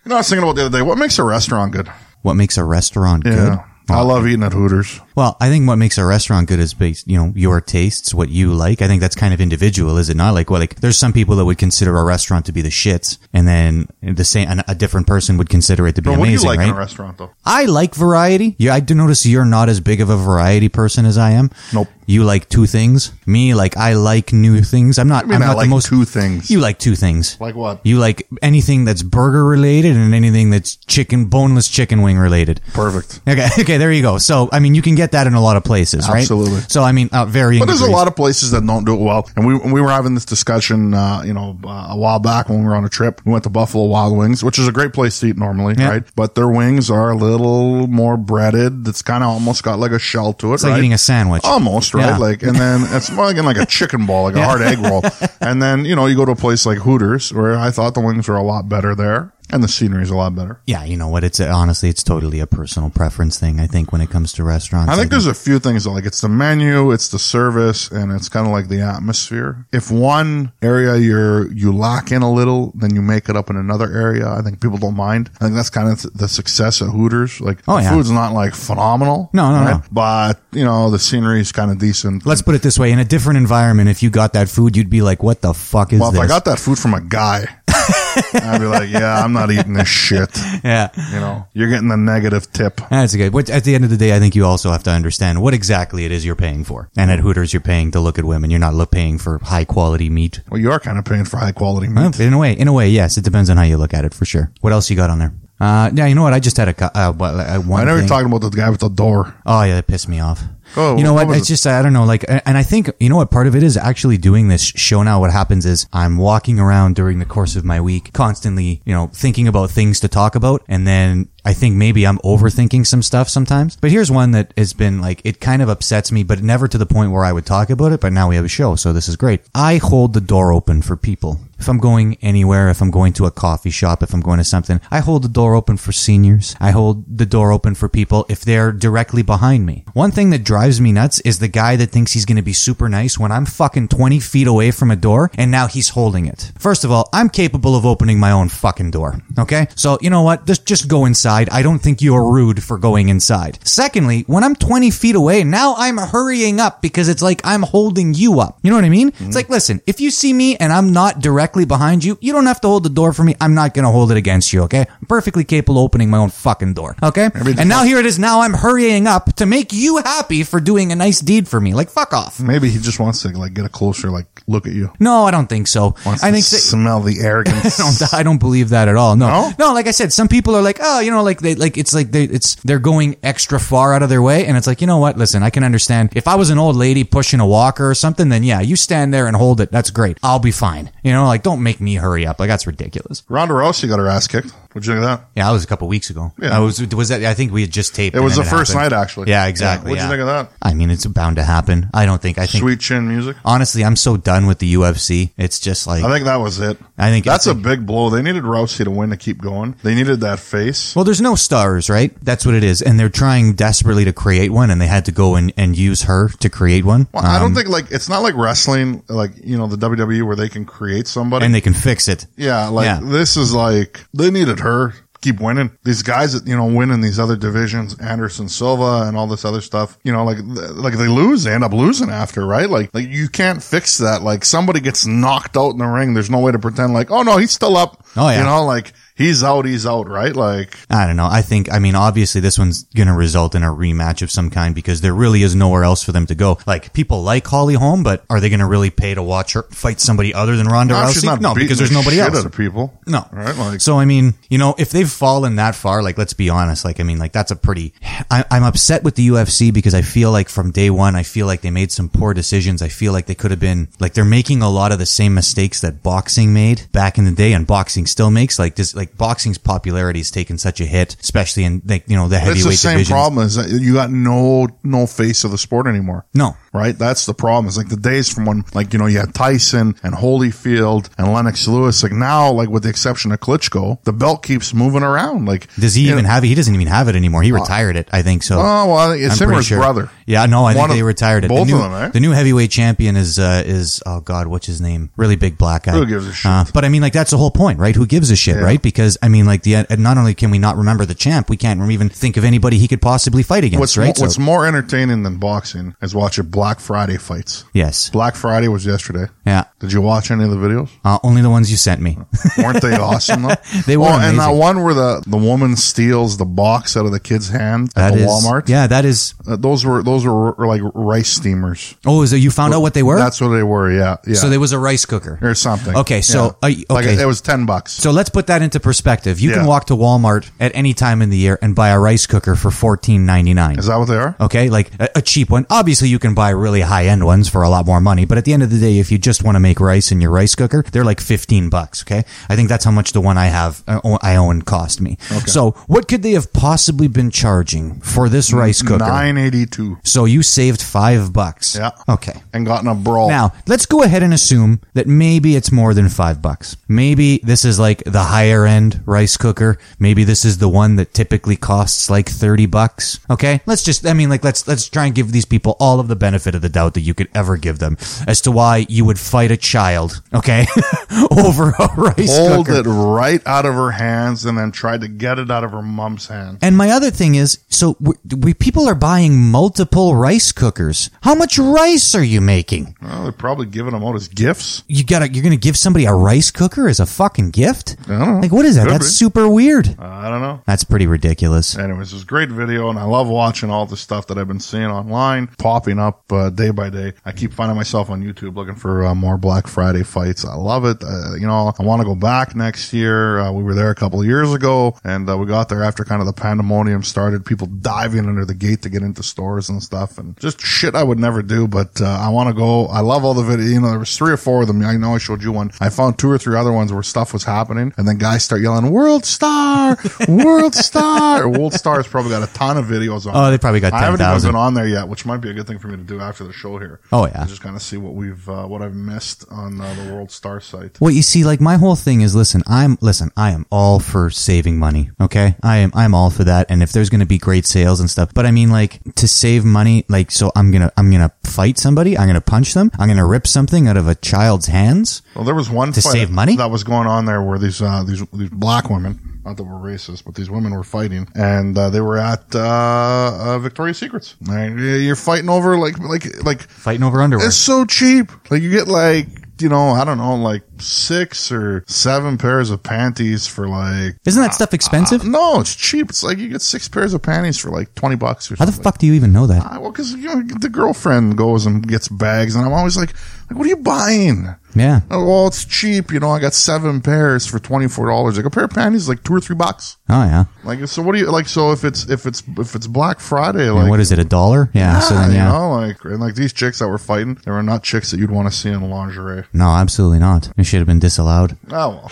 B: know, I was thinking about the other day. What makes a restaurant good?
C: What makes a restaurant good?
B: I love eating at Hooters.
C: Well, I think what makes a restaurant good is based, you know, your tastes, what you like. I think that's kind of individual, is it not? Like, well, like there's some people that would consider a restaurant to be the shits, and then the same, an- a different person would consider it to be
B: But what do you
C: amazing,
B: like
C: right?
B: in a restaurant, though?
C: I like variety. Yeah, I do notice you're not as big of a variety person as I am.
B: Nope.
C: You like two things. Me, like I like new things. I'm not.
B: I mean,
C: am
B: I
C: not
B: like
C: the most.
B: two things.
C: You like two things.
B: Like what?
C: You like anything that's burger related and anything that's chicken boneless chicken wing related.
B: Perfect.
C: Okay, okay, there you go. So, I mean, you can get get that in a lot of places, right?
B: Absolutely.
C: So I mean, uh, varying.
B: But there's a
C: degrees.
B: lot of places that don't do it well. And we, we were having this discussion, uh, you know, uh, a while back when we were on a trip. We went to Buffalo Wild Wings, which is a great place to eat normally,
C: Yeah.
B: right? But their wings are a little more breaded. It's kind of almost got like a shell to it,
C: It's like
B: right?
C: eating a sandwich.
B: Almost, right?
C: Yeah.
B: Like, and then it's more like in like a chicken ball, like a hard egg roll. And then, you know, you go to a place like Hooters where I thought the wings were a lot better there and the scenery's a lot better.
C: yeah, you know what? It's uh, honestly, it's totally a personal preference thing. I think when it comes to restaurants,
B: I think there's a few things that, like it's the menu, it's the service, and it's kind of like the atmosphere. If one area you're you lack in a little, then you make it up in another area. I think people don't mind. I think that's kind of the success of Hooters. Like
C: Oh,
B: the
C: yeah.
B: food's not like phenomenal.
C: No, no, no.
B: But you know the scenery's kind of decent.
C: Let's put it this way: in a different environment, if you got that food, you'd be like, "What the fuck is
B: well, if
C: this?"
B: I got that food from a guy, I'd be like, yeah, I'm not eating this shit.
C: yeah,
B: You know, you're getting the negative tip.
C: that's good. But at the end of the day, I think you also have to understand what exactly it is you're paying for. And at Hooters, you're paying to look at women. You're not lo- paying for high quality meat.
B: Well, you are kind of paying for high quality meat.
C: Well, in a way, in a way, yes. It depends on how you look at it, for sure. What else you got on there? Uh, yeah, you know what? I just had a co- uh, well, uh, one.
B: I know
C: thing.
B: you're talking about the guy with the door.
C: Oh yeah, that pissed me off.
B: Oh,
C: you know
B: what
C: what?
B: was
C: It's
B: it?
C: just I don't know. Like, and I think you know what part of it is actually doing this show now. What happens is I'm walking around during the course of my week, constantly, you know, thinking about things to talk about, and then I think maybe I'm overthinking some stuff sometimes. But here's one that has been like it kind of upsets me, but never to the point where I would talk about it. But now we have a show, so this is great. I hold the door open for people. If I'm going anywhere, if I'm going to a coffee shop, if I'm going to something, I hold the door open for seniors. I hold the door open for people if they're directly behind me. One thing that drives me nuts is the guy that thinks he's going to be super nice when I'm fucking 20 feet away from a door and now he's holding it. First of all, I'm capable of opening my own fucking door. Okay? So, you know what? Just, just go inside. I don't think you're rude for going inside. Secondly, when I'm 20 feet away, now I'm hurrying up because it's like I'm holding you up. You know what I mean? It's like, listen, if you see me and I'm not directly behind you, you don't have to hold the door for me. I'm not going to hold it against you, okay? I'm perfectly capable of opening my own fucking door, okay? And now here it is. Now I'm hurrying up to make you happy for doing a nice deed for me. Like, fuck off.
B: Maybe he just wants to like get a closer like look at you.
C: No, I don't think so.
B: Wants
C: I
B: to
C: think that-
B: smell the arrogance.
C: I don't, I don't believe that at all. No.
B: No?
C: no, Like I said, some people are like, oh, you know, like they like it's like they it's they're going extra far out of their way, and it's like, you know what? Listen, I can understand. If I was an old lady pushing a walker or something, then yeah, you stand there and hold it. That's great. I'll be fine. You know, like don't make me hurry up. Like that's ridiculous.
B: Ronda Rousey got her ass kicked. What'd you think of that?
C: Yeah, that was a couple weeks ago.
B: Yeah.
C: I was was that? I think we had just taped.
B: It
C: and
B: was the
C: then
B: first
C: happened.
B: night actually.
C: Yeah, exactly.
B: What'd
C: yeah.
B: you think of that?
C: I mean, it's bound to happen. I don't think. I think.
B: Sweet chin music.
C: Honestly, I'm so done with the UFC. It's just like
B: I think that was it.
C: I think-
B: that's
C: I
B: a big blow. They needed Rousey to win to keep going. They needed that face.
C: Well, there's no stars, right? That's what it is. And they're trying desperately to create one, and they had to go and, and use her to create one. Uh,
B: Well, I don't think like it's not like wrestling, like you know the WWE where they can create somebody.
C: And they can fix it.
B: yeah, like
C: Yeah.
B: this is like they needed her. to Keep winning these guys that you know win in these other divisions, Anderson Silva and all this other stuff. You know, like like they lose, they end up losing after, right? Like like you can't fix that. Like somebody gets knocked out in the ring. There's no way to pretend like oh no, he's still up.
C: Oh, yeah.
B: you know, like he's out, he's out, right? Like
C: I don't know. I think, I mean, obviously this one's going to result in a rematch of some kind because there really is nowhere else for them to go. Like, people like Holly Holm, but are they going to really pay to watch her fight somebody other than Ronda
B: no,
C: Rousey?
B: she's not
C: no,
B: beating
C: because there's
B: the
C: nobody
B: shit
C: else.
B: out of people.
C: No.
B: right? Like
C: so I mean, you know, if they've fallen that far, like let's be honest, like I mean, like that's a pretty. I, I'm upset with the UFC because I feel like from day one, I feel like they made some poor decisions. I feel like they could have been like they're making a lot of the same mistakes that boxing made back in the day, and boxing still makes. Like this, like boxing's popularity has taken such a hit, especially in like you know the
B: it's
C: heavyweight
B: the same
C: division.
B: problem is that you got no no face of the sport anymore.
C: No,
B: Right, that's the problem. It's like the days from when, like you know, you had Tyson and Holyfield and Lennox Lewis. Like now, like with the exception of Klitschko, the belt keeps moving around. Like
C: does he
B: you
C: even
B: know-
C: have it? He doesn't even have it anymore. He retired it, I think. So
B: Oh Uh, well, I think it's
C: I'm
B: him or
C: pretty
B: his
C: sure.
B: brother.
C: Yeah, no,
B: One
C: I think
B: of-
C: they retired it.
B: both
C: the new,
B: of them, eh?
C: The new heavyweight champion is uh, is oh god, what's his name? Really big black guy.
B: Who gives a shit?
C: Uh, but I mean, like that's the whole point, right? Who gives a shit, right? Because I mean, like the and not only can we not remember the champ, we can't even think of anybody he could possibly fight against,
B: What's
C: right?
B: mo- what's
C: so,
B: more entertaining than boxing is watching bla Black Friday fights.
C: Yes.
B: Black Friday was yesterday.
C: Yeah.
B: Did you watch any of the videos?
C: Uh, only the ones you sent me.
B: Weren't they awesome though?
C: They were
B: Oh, and that
C: amazing.
B: one where the, the woman steals the box out of the kid's hand at
C: That
B: the
C: is
B: Walmart.
C: Yeah, that is.
B: Uh, those were those were, were like rice steamers.
C: Oh, so you found out what they were?
B: That's what they were. Yeah, yeah.
C: So there was a rice cooker.
B: or something.
C: Okay, so
B: Yeah.
C: are you-
B: like
C: okay.
B: it was ten bucks.
C: So let's put that into perspective. You
B: Yeah.
C: can walk to Walmart at any time in the year and buy a rice cooker for fourteen ninety nine.
B: Is that what they are?
C: Okay, like a, a cheap one. Obviously, you can buy really high end ones for a lot more money. But at the end of the day, if you just want to make rice in your rice cooker, they're like fifteen bucks. Okay, I think that's how much the one I have uh, o- I own cost me. So what could they have possibly been charging for this rice cooker?
B: Nine eighty two,
C: So you saved five bucks.
B: Yeah.
C: Okay.
B: and gotten a brawl.
C: Now, let's go ahead and assume that maybe it's more than five bucks. Maybe this is like the higher end rice cooker. Maybe this is the one that typically costs like 30 bucks. Okay. Let's just, I mean, like, let's, let's try and give these people all of the benefit of the doubt that you could ever give them as to why you would fight a child. Okay. over a rice
B: pulled
C: cooker.
B: it right out of her hands and then tried to get it out of her mom's hand.
C: And my other thing is, so we, we people are buying multiple rice cookers. How much rice are you making?
B: Well, they're probably giving them out as gifts.
C: you gotta you're gonna give somebody a rice cooker as a fucking gift?
B: know.
C: Like what is that?
B: Could
C: That's
B: be.
C: super weird.
B: I don't know.
C: That's pretty ridiculous.
B: Anyways, it was a great video, and I love watching all the stuff that I've been seeing online popping up uh, day by day. I keep finding myself on YouTube looking for uh, more Black Friday fights. I love it. Uh, you know, I want to go back next year. Uh, we were there a couple of years ago, and uh, we got there after kind of the pandemonium started. People diving under the gate to get into stores and stuff, and just shit I would never do. But uh, I want to go. I love all the video. You know, there was three or four of them. I know I showed you one. I found two or three other ones where stuff was happening, and then guys start yelling "World Star, World Star." World Star's probably got a ton of videos on.
C: Oh,
B: it.
C: they probably got
B: I haven't
C: 10,000.
B: even been on there yet, which might be a good thing for me to do after the show here.
C: Oh, yeah.
B: just kind of see what we've uh, what I've missed on uh, the World Star site.
C: Well, you see, like my whole thing is, listen, I'm listen, I am all for saving money. Okay, I am, I'm all for that. And if there's going to be great sales and stuff, but I mean, like to save money, like so, I'm gonna, I'm gonna fight somebody, I'm gonna punch them, I'm gonna rip something out of a child's hands.
B: Well, there was one
C: To
B: fight
C: save money?
B: that was going on there where these uh, these these black women, not that we're racist, but these women were fighting, and uh, they were at uh, uh, Victoria's Secrets. And you're fighting over like like like
C: Fighting over underwear.
B: it's so cheap. Like you get like you know I don't know like six or seven pairs of panties for like.
C: Isn't that stuff expensive?
B: No, it's cheap. It's like you get six pairs of panties for like twenty bucks or
C: How the
B: something.
C: fuck do you even know that?
B: I, well, because you know, the girlfriend goes and gets bags, and I'm always like, like, what are you buying?
C: Yeah.
B: Oh, well, it's cheap. You know, I got seven pairs for twenty four dollars. Like a pair of panties, is like two or three bucks.
C: Oh yeah.
B: Like, so what do you like? So if it's if it's if it's Black Friday,
C: And
B: like
C: what is it? A dollar? Yeah. So
B: ah,
C: then, yeah.
B: you know, like and like these chicks that were fighting, they were not chicks that you'd want to see in lingerie.
C: No, absolutely not. It should have been disallowed.
B: Oh well.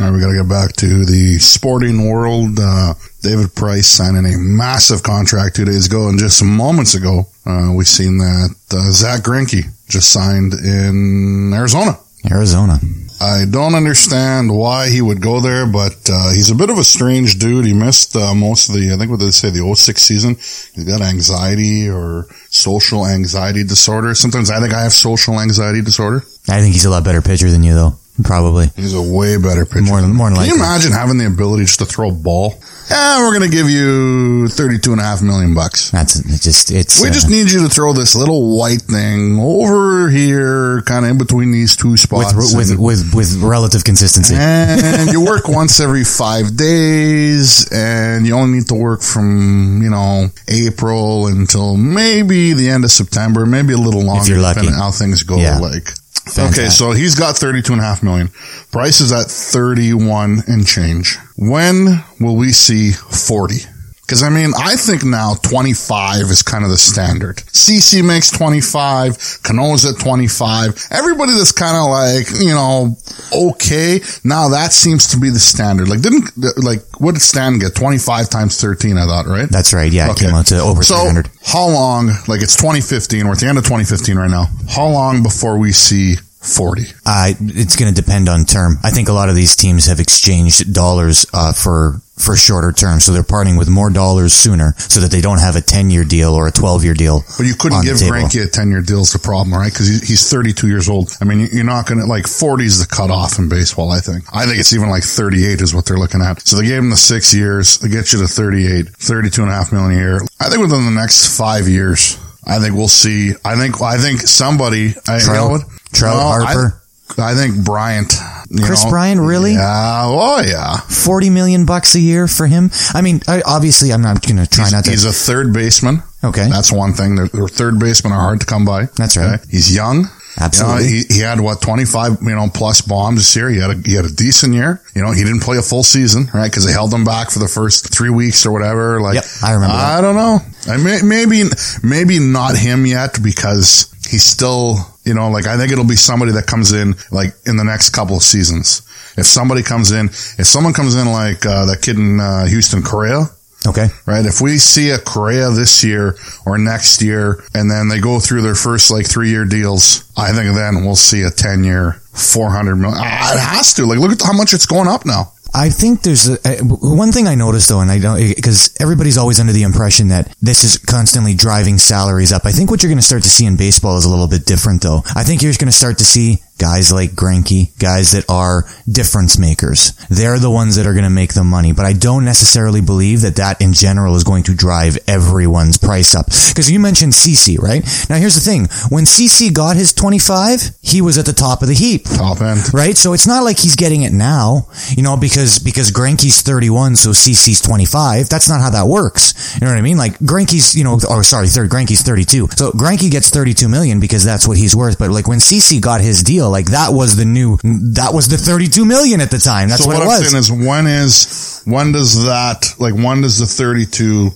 B: All right, we got to get back to the sporting world. Uh, David Price signing a massive contract two days ago, and just moments ago, uh, we've seen that uh, Zach Greinke just signed in Arizona.
C: Arizona.
B: I don't understand why he would go there, but uh, he's a bit of a strange dude. He missed uh, most of the, I think what did they say, the 06 season. He's got anxiety or social anxiety disorder. Sometimes I think I have social anxiety disorder.
C: I think he's a lot better pitcher than you, though. Probably.
B: He's a way better pitcher.
C: More than- more than
B: Can you
C: likely.
B: imagine having the ability just to throw a ball? Yeah, we're going to give you 32 and a half million bucks.
C: That's it's just it's.
B: We
C: uh,
B: just need you to throw this little white thing over here, kind of in between these two spots.
C: with with
B: and-
C: with with relative consistency.
B: and you work once every five days, and you only need to work from you know April until maybe the end of September, maybe a little longer,
C: you're lucky.
B: depending on how things go.
C: Yeah.
B: Like, okay,
C: Fantastic.
B: so he's got thirty-two and a half million. Price is at thirty-one and change. When will we see forty? Because I mean, I think now 25 is kind of the standard. CC makes 25, Cano's at 25. Everybody that's kind of like, you know, okay. Now that seems to be the standard. Like, didn't, like, what did Stan get? 25 times 13, I thought, right?
C: That's right. Yeah, it came out to over
B: so,
C: 300.
B: How long, like it's 2015, we're at the end of 2015 right now. How long before we see 40.
C: Uh,
D: I it's going to depend on term. I think a lot of these teams have exchanged dollars uh, for for shorter terms, so they're parting with more dollars sooner, so that they don't have a ten year deal or a twelve year deal.
B: But you couldn't
D: on the
B: give
D: table.
B: Granke a 10 year deal is a problem, right? Because he's 32 years old. I mean, you're not going to, like, 40 is the cutoff in baseball, I think. I think it's even like 38 is what they're looking at. So they gave him the six years. They get you to 38, 32 and a half million a year. I think within the next five years, I think we'll see. I think, I think somebody, I, you know
D: Trout,
B: what?
D: Trout,
B: No, I-
D: Harper,
B: I, think Bryant. you
D: Chris
B: know?
D: Bryant, really?
B: Yeah. Oh, yeah.
D: forty million bucks a year for him. I mean, I, obviously, I'm not going to try not to.
B: He's a third baseman.
D: okay,
B: That's one thing. Their, their third basemen are hard to come by.
D: That's right.
B: He's young.
D: Absolutely.
B: You know, he, he had what twenty five you know plus bombs this year. He had a, he had a decent year. You know he didn't play a full season right because they held him back for the first three weeks or whatever. Like
D: Yep, I remember that.
B: I don't know. I may, maybe maybe not him yet because he's still you know like I think it'll be somebody that comes in like in the next couple of seasons. If somebody comes in, if someone comes in like uh, that kid in uh, Houston, Correa,
D: okay,
B: right? If we see a Correa this year or next year, and then they go through their first like three year deals, I think then we'll see a 10 year, 400 million. Ah, It has to. Like, look at how much it's going up now.
D: I think there's a, I- one thing I noticed though, and I don't because everybody's always under the impression that this is constantly driving salaries up. I think what you're going to start to see in baseball is a little bit different though. I think you're just going to start to see guys like Granke, guys that are difference makers. They're the ones that are going to make the money, but I don't necessarily believe that that in general is going to drive everyone's price up. Because you mentioned CC, right? Now here's the thing: when CC got his 25, he was at the top of the heap
B: Top end.
D: right? So it's not like he's getting it now, you know, because because Granke's 31, so CC's 25. That's not how that works. You know what I mean? Like Granke's, you know, or sorry, third Granke's 32. So Granke gets 32 million because that's what he's worth. But like when CC got his deal, like that was the new, that was the 32 million at the time. That's
B: So
D: what,
B: what,
D: it
B: I'm
D: was.
B: saying is, when is when does that like when does the 32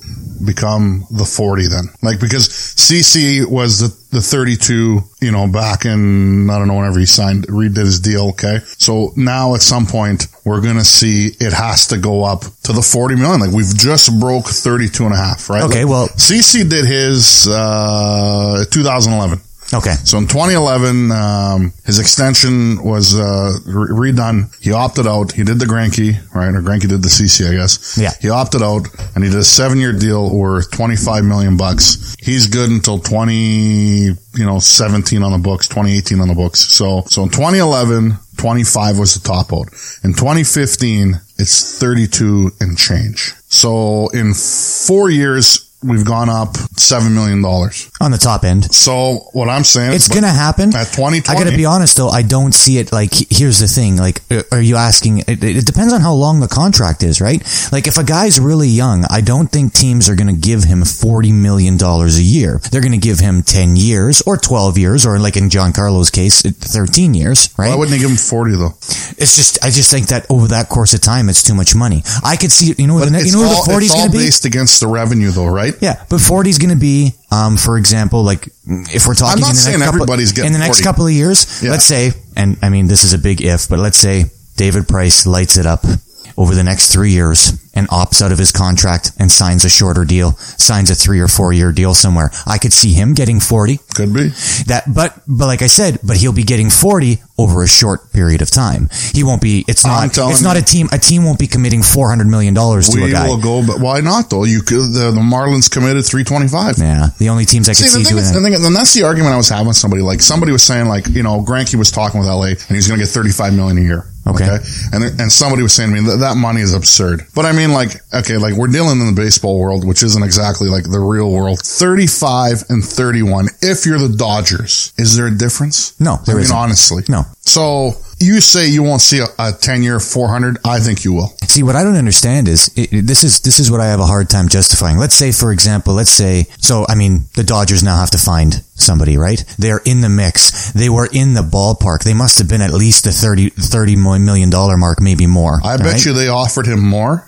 B: become the 40 then? Like because CC was the the 32, you know, back in I don't know whenever he signed redid his deal. Okay, so now at some point we're gonna see it has to go up to the 40 million. Like we've just broke 32 and a half, right?
D: Okay,
B: Like,
D: well-
B: CC did his uh 2011.
D: okay.
B: So in 2011, um, his extension was uh, re- redone. He opted out. He did the Granke, right? Or Granke did the CC, I guess.
D: Yeah.
B: He opted out, and he did a seven-year deal worth 25 million bucks. He's good until 20, you know, 17 on the books, 2018 on the books. So, so in 2011, 25 was the top out. In 2015, it's 32 and change. So in four years, we've gone up seven million dollars.
D: On the top end.
B: So what I'm saying,
D: It's
B: but-
D: gonna happen.
B: at 2020.
D: I gotta be honest though, I don't see it. Like, he- here's the thing: like, are- are you asking? It, it depends on how long the contract is, right? Like, if a guy's really young, I don't think teams are gonna give him forty million dollars a year. They're gonna give him ten years or twelve years, or like in John Carlos' case, it- thirteen years, right?
B: Why wouldn't they give him 40 though?
D: it's just, I just think that over that course of time, it's too much money. I could see, you know, what the, ne-
B: it's
D: you know, where
B: all,
D: the forty's
B: it's all
D: gonna be.
B: based against the revenue though, right?
D: Yeah, but 40 is going to be, um, for example, like if we're talking
B: I'm not
D: in the
B: saying
D: next couple,
B: everybody's getting
D: in the next
B: 40.
D: couple of years,
B: Yeah.
D: let's say, and I mean this is a big if, but let's say David Price lights it up over the next three years and opts out of his contract and signs a shorter deal, signs a three or four year deal somewhere. I could see him getting 40.
B: Could be.
D: That, but, but like I said, but he'll be getting 40 over a short period of time. He won't be, it's
B: I'm
D: not,
B: telling
D: it's not
B: you.
D: a team, a team won't be committing $400 million to a
B: We
D: guy.
B: will go, but why not though? You could, the, the Marlins committed 325.
D: yeah. The only teams I could
B: See,
D: see,
B: the thing
D: doing
B: is,
D: that.
B: the thing, and that's the argument I was having with somebody. Like, somebody was saying, like, you know, Granke was talking with LA and he was going to get 35 million a year.
D: Okay.
B: And, and somebody was saying to me that that money is absurd. But I mean, like, okay, like we're dealing in the baseball world, which isn't exactly like the real world. 35 and 31, if you're the Dodgers, is there a difference?
D: No, there
B: I mean,
D: isn't.
B: honestly.
D: No.
B: So you say you won't see a, a 10 year 400. I think you will.
D: See, what I don't understand is it, it- this is this is what I have a hard time justifying. Let's say, for example, let's say so. I mean, the Dodgers now have to find somebody, right? They're in the mix. They were in the ballpark. They must have been at least the 30, 30 million dollar mark, maybe more.
B: I bet you they offered him more,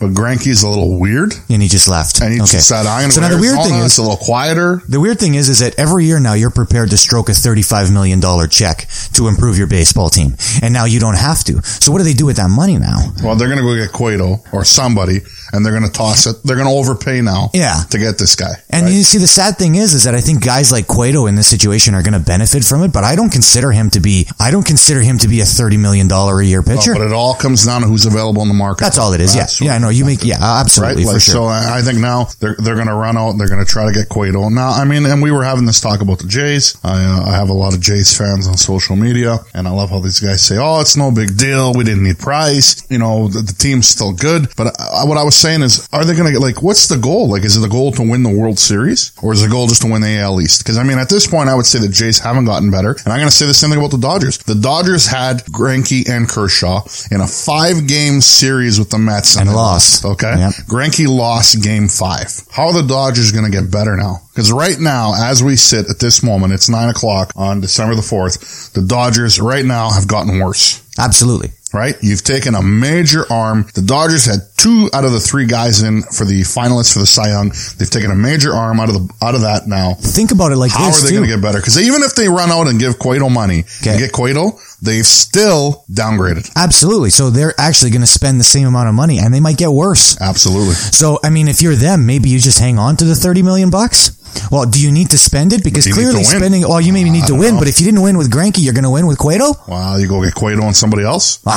B: But Granky's a little weird,
D: and he just left.
B: and he
D: okay.
B: just sat eyeing.
D: So now the weird thing is,
B: it's a little quieter.
D: The weird thing is, is that every year now you're prepared to stroke a $35 million check to improve your baseball team. And now you don't have to. So what do they do with that money now?
B: Well, they're going to go get Cueto or somebody, and they're going to toss it. They're going to overpay now,
D: Yeah.
B: to get this guy.
D: And
B: right?
D: you see, the sad thing is, is that I think guys like Cueto in this situation are going to benefit from it, but I don't consider him to be, I don't consider him to be a $30 million a year
B: Oh,
D: pitcher.
B: but it all comes down to who's available in the market.
D: That's all it is.
B: That's
D: Yeah. Yeah. I know you make, yeah,
B: right?
D: absolutely.
B: Like,
D: for sure.
B: So I I think now they're, they're going to run out. They're going to try to get Cueto. Now, I mean, and we were having this talk about the Jays. I, uh, I have a lot of Jays fans on social media, and I love how these guys say, "Oh, it's no big deal. We didn't need Price. You know, the, the team's still good." But I, I- what I was saying is, are they going to get like what's the goal? Like, is it the goal to win the World Series, or is the goal just to win the AL East? Because I mean, at this point, I would say the Jays haven't gotten better, and I'm going to say the same thing about the Dodgers. The Dodgers had Greinke and Kershaw in a five-game series with the Mets
D: And lost.
B: Okay.
D: Yep.
B: Granke lost game five. How are the Dodgers going to get better now? Because right now, as we sit at this moment, it's nine o'clock on December the 4th. The Dodgers right now have gotten worse,
D: absolutely.
B: right? You've taken a major arm. The Dodgers had two out of the three guys in for the finalists for the Cy Young. They've taken a major arm out of the, out of that now.
D: Think about it like
B: How
D: this.
B: are they
D: too.
B: going to get better? Because even if they run out and give Cueto money
D: Okay.
B: and get Cueto, they've still downgraded.
D: Absolutely. So they're actually going to spend the same amount of money and they might get worse.
B: Absolutely.
D: So, I mean, if you're them, maybe you just hang on to the 30 million bucks. Well, do you need to spend it? Because
B: You need to
D: clearly
B: win.
D: spending, well, you maybe need to
B: don't
D: win,
B: know.
D: but if you didn't win with Granky, you're going to win with Cueto?
B: Wow, you go get Cueto and somebody else?
D: Ah,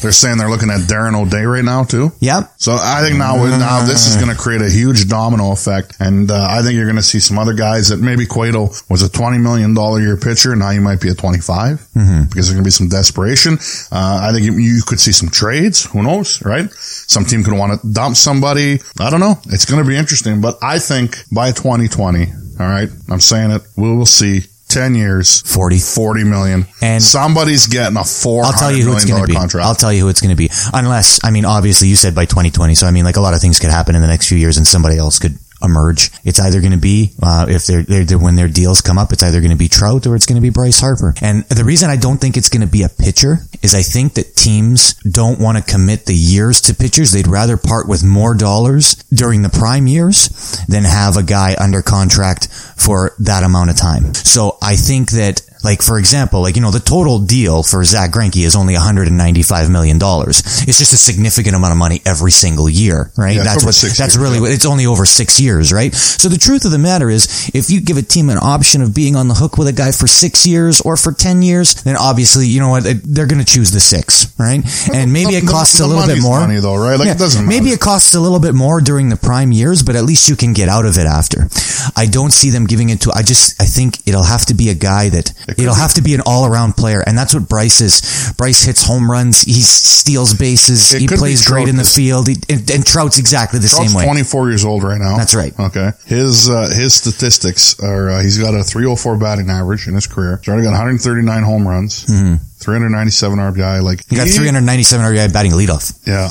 B: They're saying they're looking at Darren O'Day right now too.
D: yep.
B: So I think now now this is going to create a huge domino effect, and uh, I think you're going to see some other guys that maybe Cueto was a twenty million dollar year pitcher, now you might be a twenty
D: Mm-hmm.
B: because there's going to be some desperation. Uh, I think you, you could see some trades. Who knows, right? Some team could want to dump somebody. I don't know. It's going to be interesting, but I think by 2020, all right, I'm saying it, we will see. 10 years,
D: 40.
B: 40 million.
D: And-
B: somebody's getting a four
D: I'll tell you who it's going to be.
B: contract.
D: I'll tell you who it's going to be. Unless, I mean, obviously you said by 2020. So, I mean, like a lot of things could happen in the next few years and somebody else could emerge. It's either going to be, uh, if they're, they're, they're- when their deals come up, it's either going to be Trout or it's going to be Bryce Harper. And the reason I don't think it's going to be a pitcher is I think that teams don't want to commit the years to pitchers. They'd rather part with more dollars during the prime years than have a guy under contract for that amount of time. So I think that like for example, like you know, the total deal for Zach Greinke is only 195 million dollars. It's just a significant amount of money every single year, right?
B: Yeah, it's
D: that's
B: over
D: what.
B: six
D: That's
B: years,
D: really. what It's only over six years, right? So the truth of the matter is, if you give a team an option of being on the hook with a guy for six years or for ten years, then obviously, you know what, they're going to choose the six, right? And maybe it
B: the-
D: costs
B: the
D: a little bit
B: money's
D: more,
B: money though, right? Like, it doesn't
D: Maybe
B: matter.
D: it costs a little bit more during the prime years, but at least you can get out of it after. I don't see them giving it to. I just I think it'll have to be a guy that it will have to be an all around player, and that's what Bryce is. Bryce hits home runs, he steals bases,
B: It
D: he
B: could be
D: plays
B: Trout
D: great in the
B: this-
D: field, he, and, and Trout's exactly the
B: Trout's
D: same way.
B: 24 years old right now.
D: That's right.
B: Okay. His uh, his statistics are uh, he's got a 304 batting average in his career. He's already got 139 home runs, 397 RBI. Like
D: Mm-hmm. He got 397 RBI batting leadoff.
B: Yeah.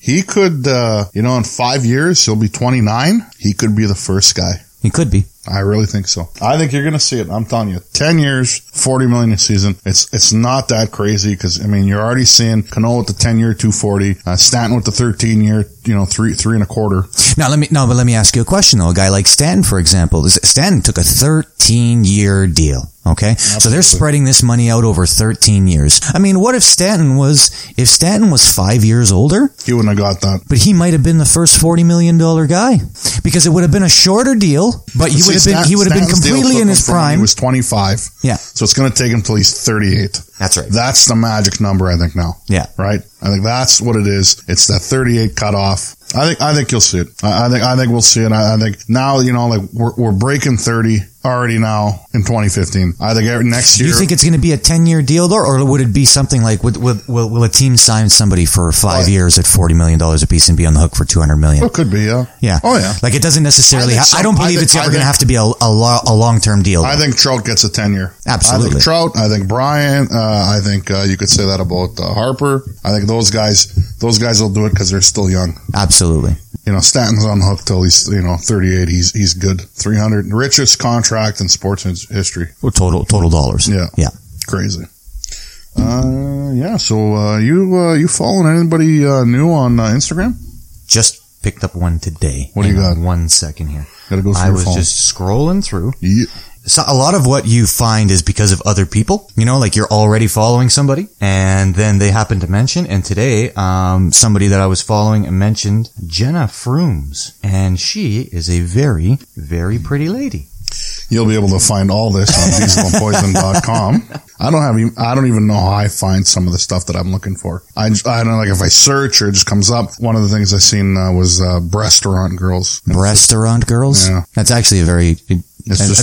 B: He could, uh, you know, in five years he'll be 29. He could be the first guy.
D: He could be.
B: I really think so. I think you're going to see it. I'm telling you, 10 years, 40 million a season. It's, it's not that crazy because, I mean, you're already seeing Cano with the 10 year 240, uh, Stanton with the 13 year, you know, three, three and a quarter.
D: Now let me no, but let me ask you a question though. A guy like Stanton, for example, is- Stanton took a 13 year deal. Okay, so they're spreading this money out over 13 years. I mean, what if Stanton was if Stanton was five years older?
B: He wouldn't have got that.
D: But he might have been the first 40 million dollar guy because it would have been a shorter deal. But you
B: See,
D: would have been
B: Stan-
D: he would have been
B: Stanton's deal
D: completely
B: took him
D: in his
B: from when He
D: prime.
B: was 25.
D: Yeah.
B: So it's going to take him till he's 38.
D: That's right.
B: That's the magic number, I think, now.
D: Yeah.
B: Right? I think that's what it is. It's that 38 cutoff. I think, I think you'll see it. I, I think, I think we'll see it. I, I think now, you know, like we're, we're breaking 30 already now in 2015. I think every, next
D: Do
B: year.
D: you think it's going to be a 10 year deal though, or would it be something like would, would, will, will a team sign somebody for five
B: Oh, yeah.
D: years at 40 million dollars a piece and be on the hook for 200 million?
B: it could be, yeah.
D: Yeah.
B: Oh, yeah.
D: Like it doesn't necessarily.
B: I
D: I,
B: think so.
D: I don't
B: I
D: believe
B: think-
D: it's
B: I
D: ever going to
B: think-
D: have to be a a, lo- a long term deal.
B: I think Trout gets a tenure. I
D: Absolutely.
B: think Trout. I think Brian. Uh, I think uh, you could say that about uh, Harper. I think those guys, those guys will do it because they're still young.
D: Absolutely.
B: you know, Stanton's on the hook till he's, you know, 38. He's, he's good. 300. Richest contract in sports his- history.
D: Well, total total dollars.
B: Yeah.
D: Yeah.
B: Crazy. Uh, yeah. So, uh, you, uh, you following anybody, uh, new on uh, Instagram?
D: just picked up one today.
B: What do you
D: Hang on
B: got?
D: One second here.
B: Gotta go through
D: I
B: your
D: was
B: phone.
D: just scrolling through.
B: Yeah.
D: So a lot of what you find is because of other people. You know, like you're already following somebody, and then they happen to mention. And today, um, somebody that I was following mentioned Jenna Frooms, and she is a very, very pretty lady.
B: You'll be able to find all this on dieselandpoison.com. I don't have even, I don't even know how I find some of the stuff that I'm looking for. I, just- I don't know, like if I search or it just comes up. One of the things I seen uh, was uh, restaurant girls.
D: Restaurant girls.
B: Yeah.
D: That's actually a very.
B: just-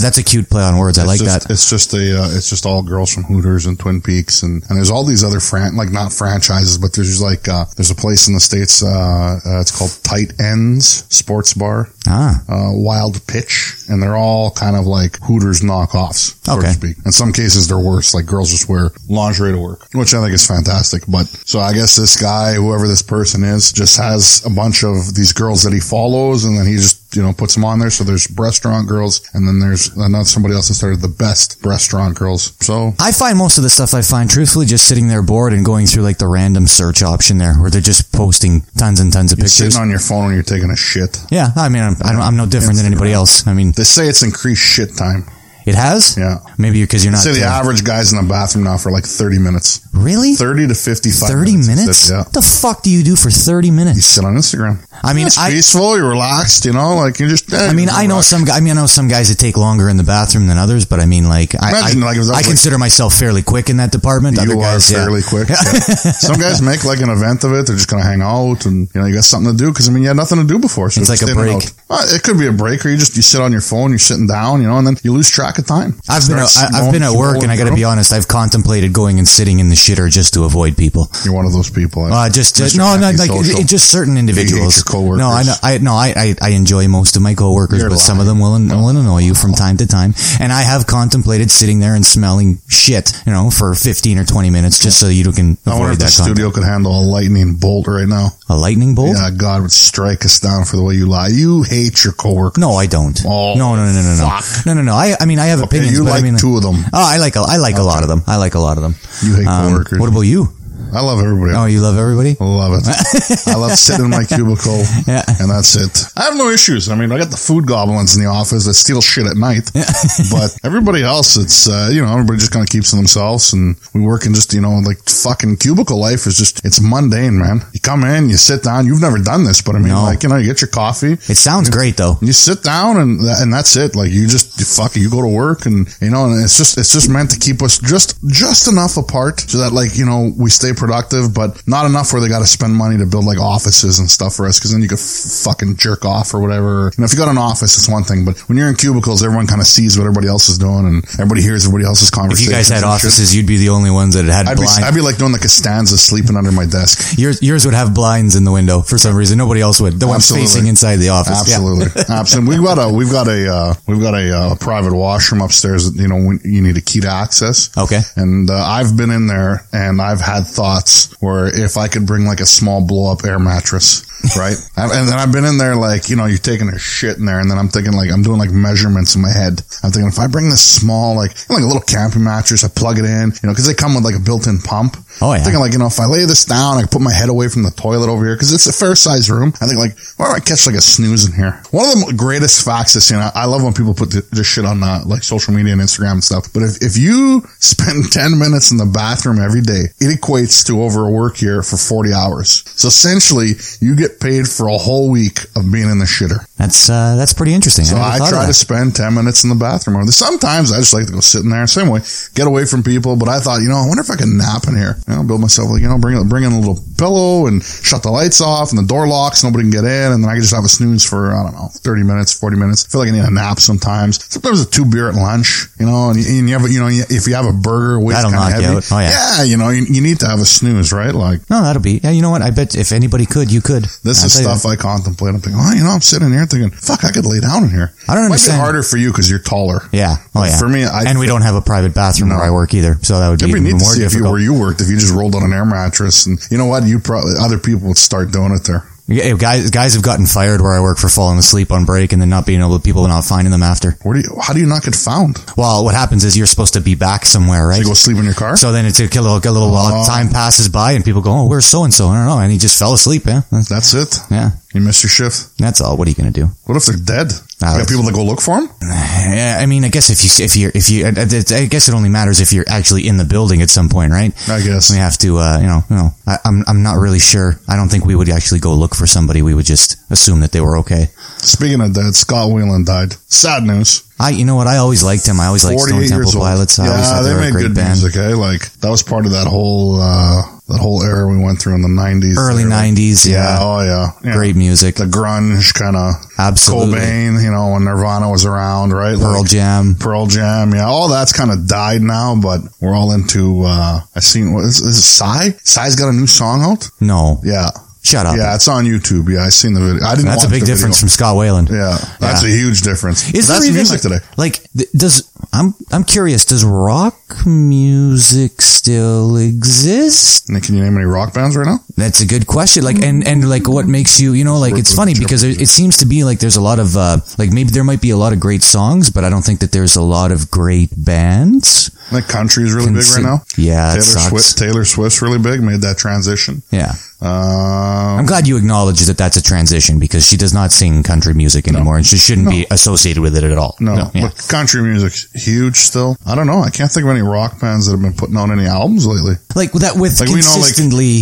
D: that's a cute play on words. I like
B: it's just,
D: that.
B: It's just a, uh, it's just all girls from Hooters and Twin Peaks, and, and there's all these other fran like not franchises, but there's like uh, there's a place in the states, uh, uh, it's called Tight Ends Sports Bar,
D: Ah,
B: uh, Wild Pitch, and they're all kind of like Hooters knockoffs, so
D: Okay.
B: to speak. In some cases, they're worse. Like girls just wear lingerie to work, which I think is fantastic. But so I guess this guy, whoever this person is, just has a bunch of these girls that he follows, and then he just you know puts them on there. So there's restaurant girls, and then there's another somebody else that started the best restaurant girls. So
D: I find most of the stuff I find truthfully just sitting there bored and going through like the random search option there, where they're just posting tons and tons of pictures.
B: sitting on your phone when you're taking a shit.
D: yeah, I mean, I'm, I don't, I'm no different than anybody else. I mean,
B: They say it's increased shit time.
D: it has.
B: Yeah.
D: Maybe because you're not
B: Say the
D: uh,
B: average guy's in the bathroom now for like 30 minutes.
D: really
B: 30 to 55
D: thirty minutes.
B: minutes? Yeah.
D: What the fuck do you do for thirty
B: you
D: minutes?
B: sit on Instagram.
D: I mean,
B: It's
D: I.
B: peaceful. You're relaxed. You know, like you just.
D: I mean, I know some. guy- I mean, I know some guys that take longer in the bathroom than others, but I mean, like, I, I,
B: Imagine, like, if that
D: I
B: was, like-
D: consider myself fairly quick in that department. Other
B: You
D: guys,
B: are
D: yeah.
B: fairly quick. yeah. Some guys make like an event of it. They're just going to hang out, and you know, you got something to do because I mean, you had nothing to do before. So
D: It's like
B: just
D: a
B: in and
D: break.
B: out. Well, it could be a break, or you just you sit on your phone, you're sitting down, you know, and then you lose track of time.
D: I've been,
B: Start
D: I, I've been at
B: scrolling,
D: work, and I got to
B: scrolling.
D: be honest. I've contemplated going and sitting in the shitter just to avoid people.
B: You're one of those people.
D: Uh, just just- no, no, like
B: Antisocial.
D: it, just certain individuals.
B: your coworkers.
D: No, I know, I no, I, I, I enjoy most of my coworkers,
B: You're
D: but some of them
B: lying.
D: will, will annoy you from time to time. And I have contemplated sitting there and smelling shit, you know, for fifteen or twenty minutes just so you can
B: I wonder if
D: avoid
B: the
D: that. Con-
B: studio could handle a lightning bolt right now.
D: a lightning bolt?
B: Yeah, God would strike us down for the way you lie. You hate your coworker.
D: No, I don't.
B: Oh,
D: no, no, no, no, no, no, no, no, no. I, I mean, I have
B: Okay,
D: opinions.
B: you
D: but
B: like
D: I mean,
B: two of them.
D: Oh, I like a, I like a lot of them. I like a lot of them.
B: You hate
D: Um,
B: coworkers.
D: what about you?
B: I love everybody.
D: Oh, you love everybody.
B: I love it. I love sitting in my cubicle,
D: Yeah.
B: and that's it. I have no issues. I mean, I got the food goblins in the office that steal shit at night, but everybody else, it's uh, you know, everybody just kind of keeps to themselves, and we work in just you know, like fucking cubicle life is just it's mundane, man. You come in, you sit down. You've never done this, but I mean,
D: No.
B: like you know, you get your coffee,
D: It sounds great though.
B: you sit down and tha- and that's it. Like you just you fuck it. You go to work and you know, and it's just it's just meant to keep us just just enough apart so that like you know we stay productive, but not enough where they got to spend money to build like offices and stuff for us because then you could f- fucking jerk off or whatever. You know, if you got an office, it's one thing, but when you're in cubicles, everyone kind of sees what everybody else is doing and everybody hears everybody else's
D: If
B: conversation.
D: you guys had offices, you'd be the only ones that had
B: I'd be,
D: blinds.
B: I'd be like doing like a stanza sleeping under my desk.
D: Yours, yours would have blinds in the window for some reason. Nobody else would. The ones
B: Absolutely.
D: facing inside the office. Yeah.
B: Absolutely, absolutely. We've got a we've got a uh, we've got a uh, private washroom upstairs. That, you know, when you need a key to access.
D: Okay.
B: And uh, I've been in there, and I've had thoughts where if I could bring like a small blow up air mattress, right? and and then I've been in there like you know you're taking a shit in there, and then I'm thinking like I'm doing like measurements in my head. I'm thinking if I bring this small like like a little camping mattress, I plug it in, you know, because they come with like a built-in pump.
D: Oh, yeah.
B: I'm thinking like you know if I lay this down, I can put my head away from the toilet over here because it's a fair sized room. I think like why don't I catch like a snooze in here? One of the greatest facts is you know I love when people put th- this shit on uh, like social media and Instagram and stuff. But if, if you spend ten minutes in the bathroom every day, it equates to over a work year for forty hours. So essentially, you get paid for a whole week of being in the shitter.
D: That's uh, that's pretty interesting.
B: So
D: I, never
B: I
D: thought of
B: try to
D: that.
B: spend 10 minutes in the bathroom. Or Sometimes I just like to go sit in there. Same way, get away from people. But I thought, you know, I wonder if I can nap in here. You know, build myself, like, you know, bring, bring in a little pillow and shut the lights off and the door locks. Nobody can get in. And then I can just have a snooze for, I don't know, 30 minutes, 40 minutes. I feel like I need a nap sometimes. Sometimes a two beer at lunch, you know, and you, and you have, a, you know, you- if you have a burger, weighs
D: That'll
B: kind of
D: knock you
B: heavy.
D: out. Oh, yeah.
B: you know, you, you need to have a snooze, right? Like,
D: No, that'll be. Yeah, you know what? I bet if anybody could, you could.
B: this
D: I'll
B: is
D: tell you
B: stuff I contemplate. I'm thinking, oh, you know, I'm sitting here thinking, fuck, I could lay down in here.
D: I don't
B: Might
D: understand.
B: be harder for you because you're taller.
D: that. Yeah. Oh yeah.
B: For me, I-
D: and we don't have a private bathroom where I work either, so that would be
B: It'd be
D: even
B: neat to
D: more
B: see if you,
D: difficult.
B: where you worked, if you just rolled on an air mattress, and you know what, you probably other people would start doing it there.
D: Yeah, guys, guys have gotten fired where I work for falling asleep on break and then not being able, people not finding them after.
B: Where do you? How do you not get found?
D: Well, what happens is you're supposed to be back somewhere, right?
B: You go sleep in your car.
D: So then it's a little, a
B: Uh-huh.
D: little while time passes by and people go, "Oh, where's so and so?" I don't know, and he just fell asleep. Yeah,
B: That's it.
D: yeah.
B: You missed your shift.
D: That's all. What are you going to do?
B: What if they're dead?
D: Ah,
B: you got
D: that's-
B: people that go look for them?
D: Yeah, I mean, I guess if you if you if you, I- I I guess it only matters if you're actually in the building at some point, right?
B: I guess.
D: we have to, uh, you know, you know I, I'm I'm not really sure. I don't think we would actually go look for somebody. We would just assume that they were okay.
B: Speaking of dead, Scott Whelan died. Sad news.
D: I, you know what? I always liked him. I always liked Stone
B: 48
D: Temple
B: years old.
D: Pilots. I always
B: yeah,
D: thought they,
B: they
D: were a
B: made
D: great
B: good
D: band.
B: music, eh? Like, that was part of that whole, uh, that whole era we went through in the 90s.
D: Early
B: They were-
D: '90s,
B: Yeah,
D: yeah,
B: oh yeah. yeah.
D: great music.
B: The grunge kind of
D: Absolutely.
B: Cobain, you know, when Nirvana was around, right?
D: Pearl
B: Like,
D: Jam.
B: Pearl Jam, yeah, all that's kind of died now, but we're all into. uh I seen what is, is it Psy? Psy's got a new song out.
D: No,
B: Yeah,
D: shut up.
B: yeah, it's on YouTube. Yeah, I seen the video. I didn't.
D: That's a
B: watch
D: big
B: the
D: difference
B: video.
D: from Scott Whalen.
B: Yeah, that's a huge difference.
D: Is
B: that's
D: there even
B: music today.
D: Like, th- does I'm I'm curious. Does rock music still exist?
B: Nick, can you name any rock bands right now?
D: That's a good question. Like, and, and like what makes you, you know, like it's funny because it, it seems to be like there's a lot of, uh, like maybe there might be a lot of great songs, but I don't think that there's a lot of great bands.
B: Like country is really big
D: Consi-
B: right now.
D: Yeah,
B: Taylor
D: it sucks.
B: Swift. Taylor Swift's really big. Made that transition.
D: Yeah.
B: Um,
D: I'm glad you acknowledge that that's a transition because she does not sing country music anymore and she shouldn't be associated with it at all.
B: No,
D: yeah.
B: but country music's huge still. I don't know. I can't think of any rock bands that have been putting out any albums lately.
D: Like that with
B: Like
D: consistently,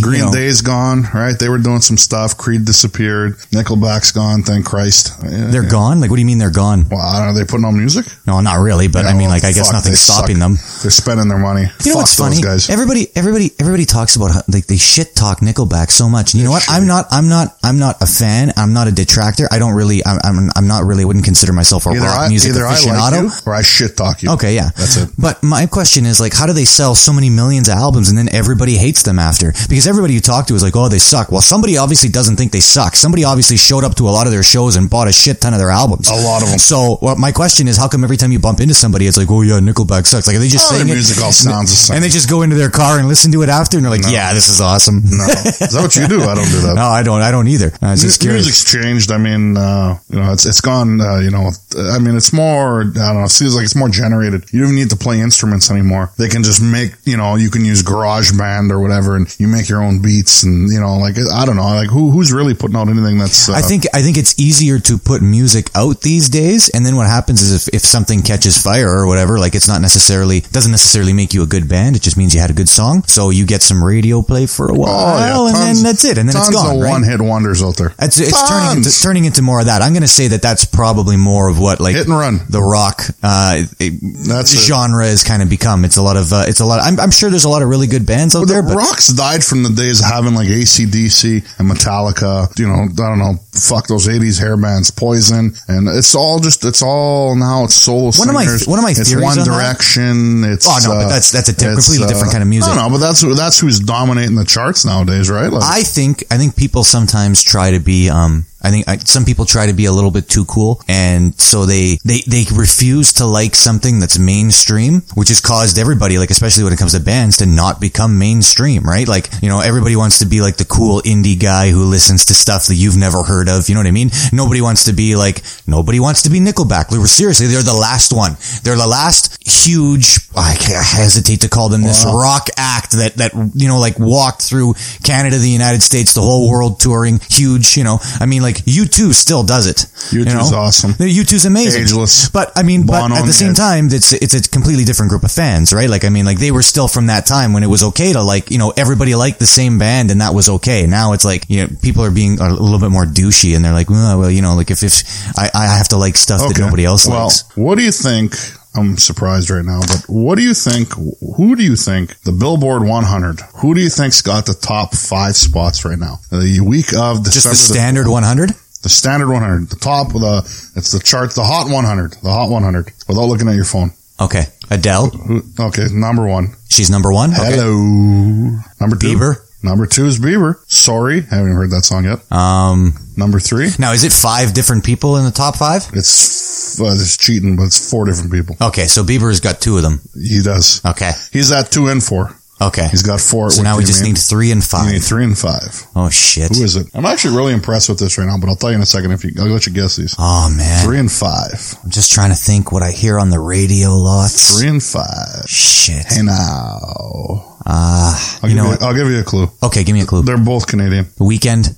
B: we know, like Green
D: you know,
B: Day's gone, right? They were doing some stuff. Creed disappeared. Nickelback's gone. Thank Christ. Yeah.
D: they're gone. Like, what do you mean they're gone?
B: Well, I don't know. Are they putting on music?
D: No, not really, but I mean,
B: well,
D: like, I guess
B: fuck,
D: nothing's
B: they suck.
D: stopping them.
B: They're spending their money.
D: You know
B: Fuck
D: what's funny?
B: those guys.
D: Everybody, everybody, everybody talks about how, like they shit talk Nickelback so much. And you know what? I'm not, I'm not, I'm not a fan. I'm not a detractor. I don't really, I'm, I'm, I'm not really. Wouldn't consider myself a
B: either
D: rock
B: I,
D: music
B: either I
D: aficionado.
B: like you or I shit talk you.
D: Okay, yeah.
B: That's it.
D: But my question is like, how do they sell so many millions of albums and then everybody hates them after? Because everybody you talk to is like, oh, they suck. Well, somebody obviously doesn't think they suck. Somebody obviously showed up to a lot of their shows and bought a shit ton of their albums.
B: A lot of 'em.
D: So well, my question is, how come every time you bump into somebody, it's like, oh yeah, Nickelback sucks. Like are they just
B: All their
D: saying it-
B: music all sounds the same.
D: and they just go into their car and listen to it after, and they're like, yeah, this is awesome.
B: No. Is that what you do? I don't do that.
D: No, I don't. I don't either. I was just
B: Mu-
D: curious.
B: Music's changed. I mean, uh, you know, it's it's gone. Uh, you know, I mean, it's more. I don't know. It seems like it's more generated. You don't even need to play instruments anymore. They can just make. You know, you can use GarageBand or whatever, and you make your own beats. And you know, like I don't know, like who who's really putting out anything that's. Uh,
D: I think I think it's easier to put music out these days, and then what happens is if, if something catches fire or whatever, like it's not necessarily doesn't necessarily make you a good band. It just means you had a good song, so you get some radio play for a while,
B: Oh,
D: and
B: tons-
D: then that's it, and then it's
B: tons of
D: gone. Right?
B: one-hit wonders out there.
D: It's, it's turning
B: Tons.
D: into, turning into more of that. I'm going to say that that's probably more of what like
B: Hit and run.
D: the rock uh, it-
B: That's it.
D: genre has kind of become. It's a lot of uh, it's a lot. I'm, I'm sure there's a lot of really good bands out
B: But
D: there,
B: the
D: but
B: rocks died from the days of having like ACDC and Metallica, you know, I don't know, fuck those 80s hair bands, Poison. And it's all just, it's all now, it's solo
D: One of my-
B: singers.
D: one of my
B: it's
D: theories
B: One
D: on that-
B: Direction. It's,
D: Oh, no, but
B: uh,
D: that's- that's a di-
B: it's,
D: completely different kind of music.
B: No, no, but that's, that's who's dominating the charts nowadays, right? Like,
D: I think I think people sometimes try to be um I think I, some people try to be a little bit too cool and so they they they refuse to like something that's mainstream which has caused everybody like especially when it comes to bands to not become mainstream right like you know everybody wants to be like the cool indie guy who listens to stuff that you've never heard of you know what I mean nobody wants to be like nobody wants to be Nickelback Like, seriously they're the last one they're the last huge I can't- I hesitate to call them this rock act that that you know like walked through Canada, the United States, the whole world touring, huge. You know, I mean, like U two still does it. you
B: U2's
D: know?
B: awesome.
D: U two's amazing,
B: Ageless.
D: But I mean,
B: Bono
D: but at
B: in
D: the
B: the
D: same
B: head.
D: time, it's it's a completely different group of fans, right? Like I mean, like they were still from that time when it was okay to like you know everybody liked the same band and that was okay. Now it's like you know people are being a little bit more douchey and they're like, well, well, you know, like if if I I have to like stuff that nobody else
B: well,
D: likes.
B: what do you think? I'm surprised right now, but what do you think? Who do you think the Billboard 100? Who do you think's got the top five spots right now? The week of December
D: Just the
B: the
D: standard one hundred.
B: The standard 100, the top of the, it's the chart, the hot 100, the hot 100, without looking at your phone.
D: Okay, Adele.
B: Who- Okay, number one.
D: She's number one. Okay.
B: Hello. Number two.
D: Bieber.
B: Number two is Bieber. Sorry, haven't even heard that song yet.
D: Um,
B: Number three,
D: now is it five different people in the top five?
B: it's, well, it's cheating, but it's four different people.
D: Okay, so Bieber's got two of them.
B: He does.
D: Okay,
B: He's at two and four.
D: okay.
B: He's got four.
D: So
B: What
D: now
B: do
D: we
B: you
D: just
B: mean?
D: need three and
B: You need
D: five.
B: three and five.
D: Oh shit!
B: Who is it? I'm actually really impressed with this right now, but I'll tell you in a second if you, I'll let you guess these.
D: Oh man,
B: Three and five.
D: I'm just trying to think what I hear on the radio lots.
B: Three and five.
D: Shit.
B: Hey now.
D: Ah,
B: I'll
D: you
B: give
D: know
B: you,
D: what?
B: I'll give you a clue.
D: Okay, give me a clue.
B: They're both Canadian.
D: The weekend.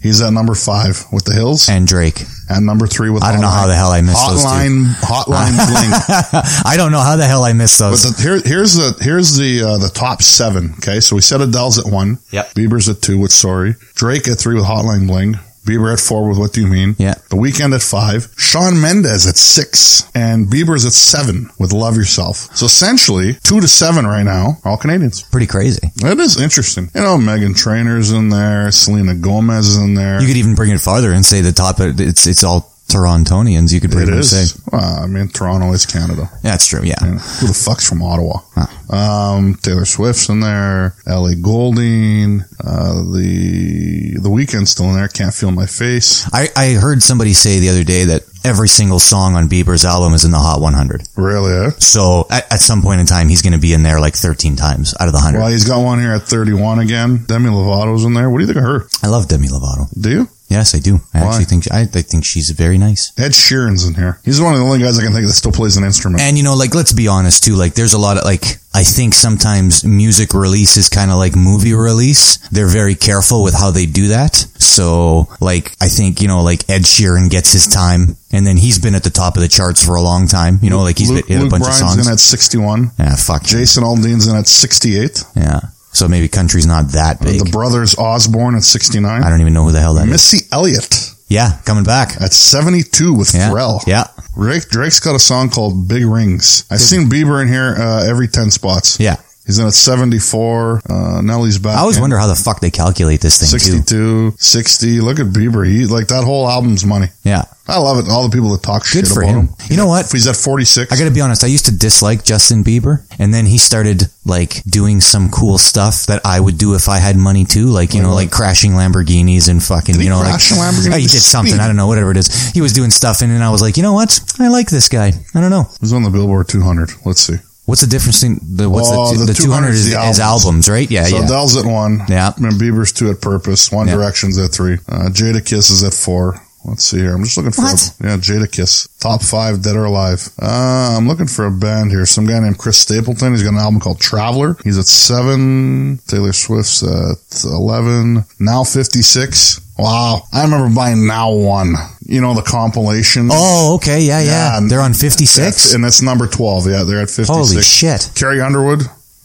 B: He's at number five with the Hills, and,
D: and Drake.
B: number three with.
D: I don't know how the hell I missed those two.
B: Hotline, Hotline Bling.
D: I don't know how the hell I missed
B: But
D: those.
B: the, here, here's the here's the uh, the top seven. Okay, so we said Adele's at one.
D: Yep.
B: Bieber's at two with Sorry. Drake at three with Hotline Bling. Bieber at four with What Do You Mean?
D: Yeah.
B: The Weekend at five. Sean Mendez at six, and Bieber's at seven with Love Yourself. So essentially, two to seven right now, all Canadians.
D: Pretty crazy.
B: That is interesting. You know, Megan Trainor's in there, Selena Gomez is in there.
D: You could even bring it farther and say the top. It's it's all Torontonians. You could
B: it
D: pretty much say
B: is. Well, I mean, Toronto is Canada.
D: that's true. Yeah.
B: Yeah. Who the fuck's from Ottawa? Um, Taylor Swift's in there. Ellie Goulding. Uh, the The Weeknd's still in there. Can't feel my face.
D: I, I heard somebody say the other day that every single song on Bieber's album is in the Hot 100.
B: Really? Eh?
D: So at, at some point in time, he's going to be in there like 13 times out of the 100.
B: Well, he's got one here at 31 again. Demi Lovato's in there. What do you think of her?
D: I love Demi Lovato.
B: Do you?
D: Yes, I do. I
B: Why?
D: actually think I, I think she's very nice.
B: Ed Sheeran's in here. He's one of the only guys I can think of that still plays an instrument.
D: And you know, like let's be honest too. Like there's a lot of like I think sometimes music release is kind of like movie release. They're very careful with how they do that. So like I think you know like Ed Sheeran gets his time, and then he's been at the top of the charts for a long time. You know, like he's
B: Luke,
D: been in a
B: Luke
D: bunch
B: Bryan's
D: of songs.
B: in at 61.
D: yeah, fuck.
B: Jason Aldean's in at 68.
D: Yeah. So maybe country's not that big.
B: The brothers Osborne at
D: I
B: 69.
D: don't even know who the hell that is.
B: Missy Elliott
D: Yeah, coming back.
B: at 72 with
D: Yeah.
B: Pharrell.
D: Yeah.
B: Drake, Drake's got a song called Big Rings. I've seen Bieber in here uh, every 10 spots.
D: Yeah.
B: He's in at 74. Uh, Nelly's back.
D: I always
B: in.
D: wonder how the fuck they calculate this thing too.
B: 62, 60. Look at Bieber. He like that whole album's money.
D: Yeah.
B: I love it. All the people that talk
D: Good
B: shit
D: for
B: about
D: him.
B: him.
D: You know what?
B: If he's at 46,
D: I gotta be honest, I used to dislike Justin Bieber, and then he started like doing some cool stuff that I would do if I had money too, like you know, like crashing Lamborghinis and fucking,
B: he
D: you know,
B: crash a
D: like
B: Lamborghini?
D: Oh, he did something, I don't know, whatever it is. He was doing stuff, and then I was like, you know what? I like this guy. I don't know.
B: he's on the Billboard 200. Let's see.
D: What's the difference in the what's
B: Oh,
D: the,
B: the
D: the,
B: 200
D: 200
B: is
D: is,
B: the albums.
D: is albums, right? Yeah,
B: So
D: yeah.
B: Adele's at one.
D: Yeah.
B: And Bieber's two at Purpose. One
D: Yeah.
B: Direction's at three. Uh, Jada Kiss is at four. Let's see here. I'm just looking for
D: What?
B: A, yeah Jada Kiss top five dead or alive. Uh, I'm looking for a band here. Some guy named Chris Stapleton. He's got an album called Traveler. He's at seven. Taylor Swift's at eleven. Now fifty six. Wow. I remember buying Now One. You know the compilation.
D: Oh, okay, yeah,
B: Yeah,
D: yeah.
B: and
D: They're on 56.
B: That's, and that's number twelve. Yeah, they're at fifty six.
D: Holy shit.
B: Carrie Underwood.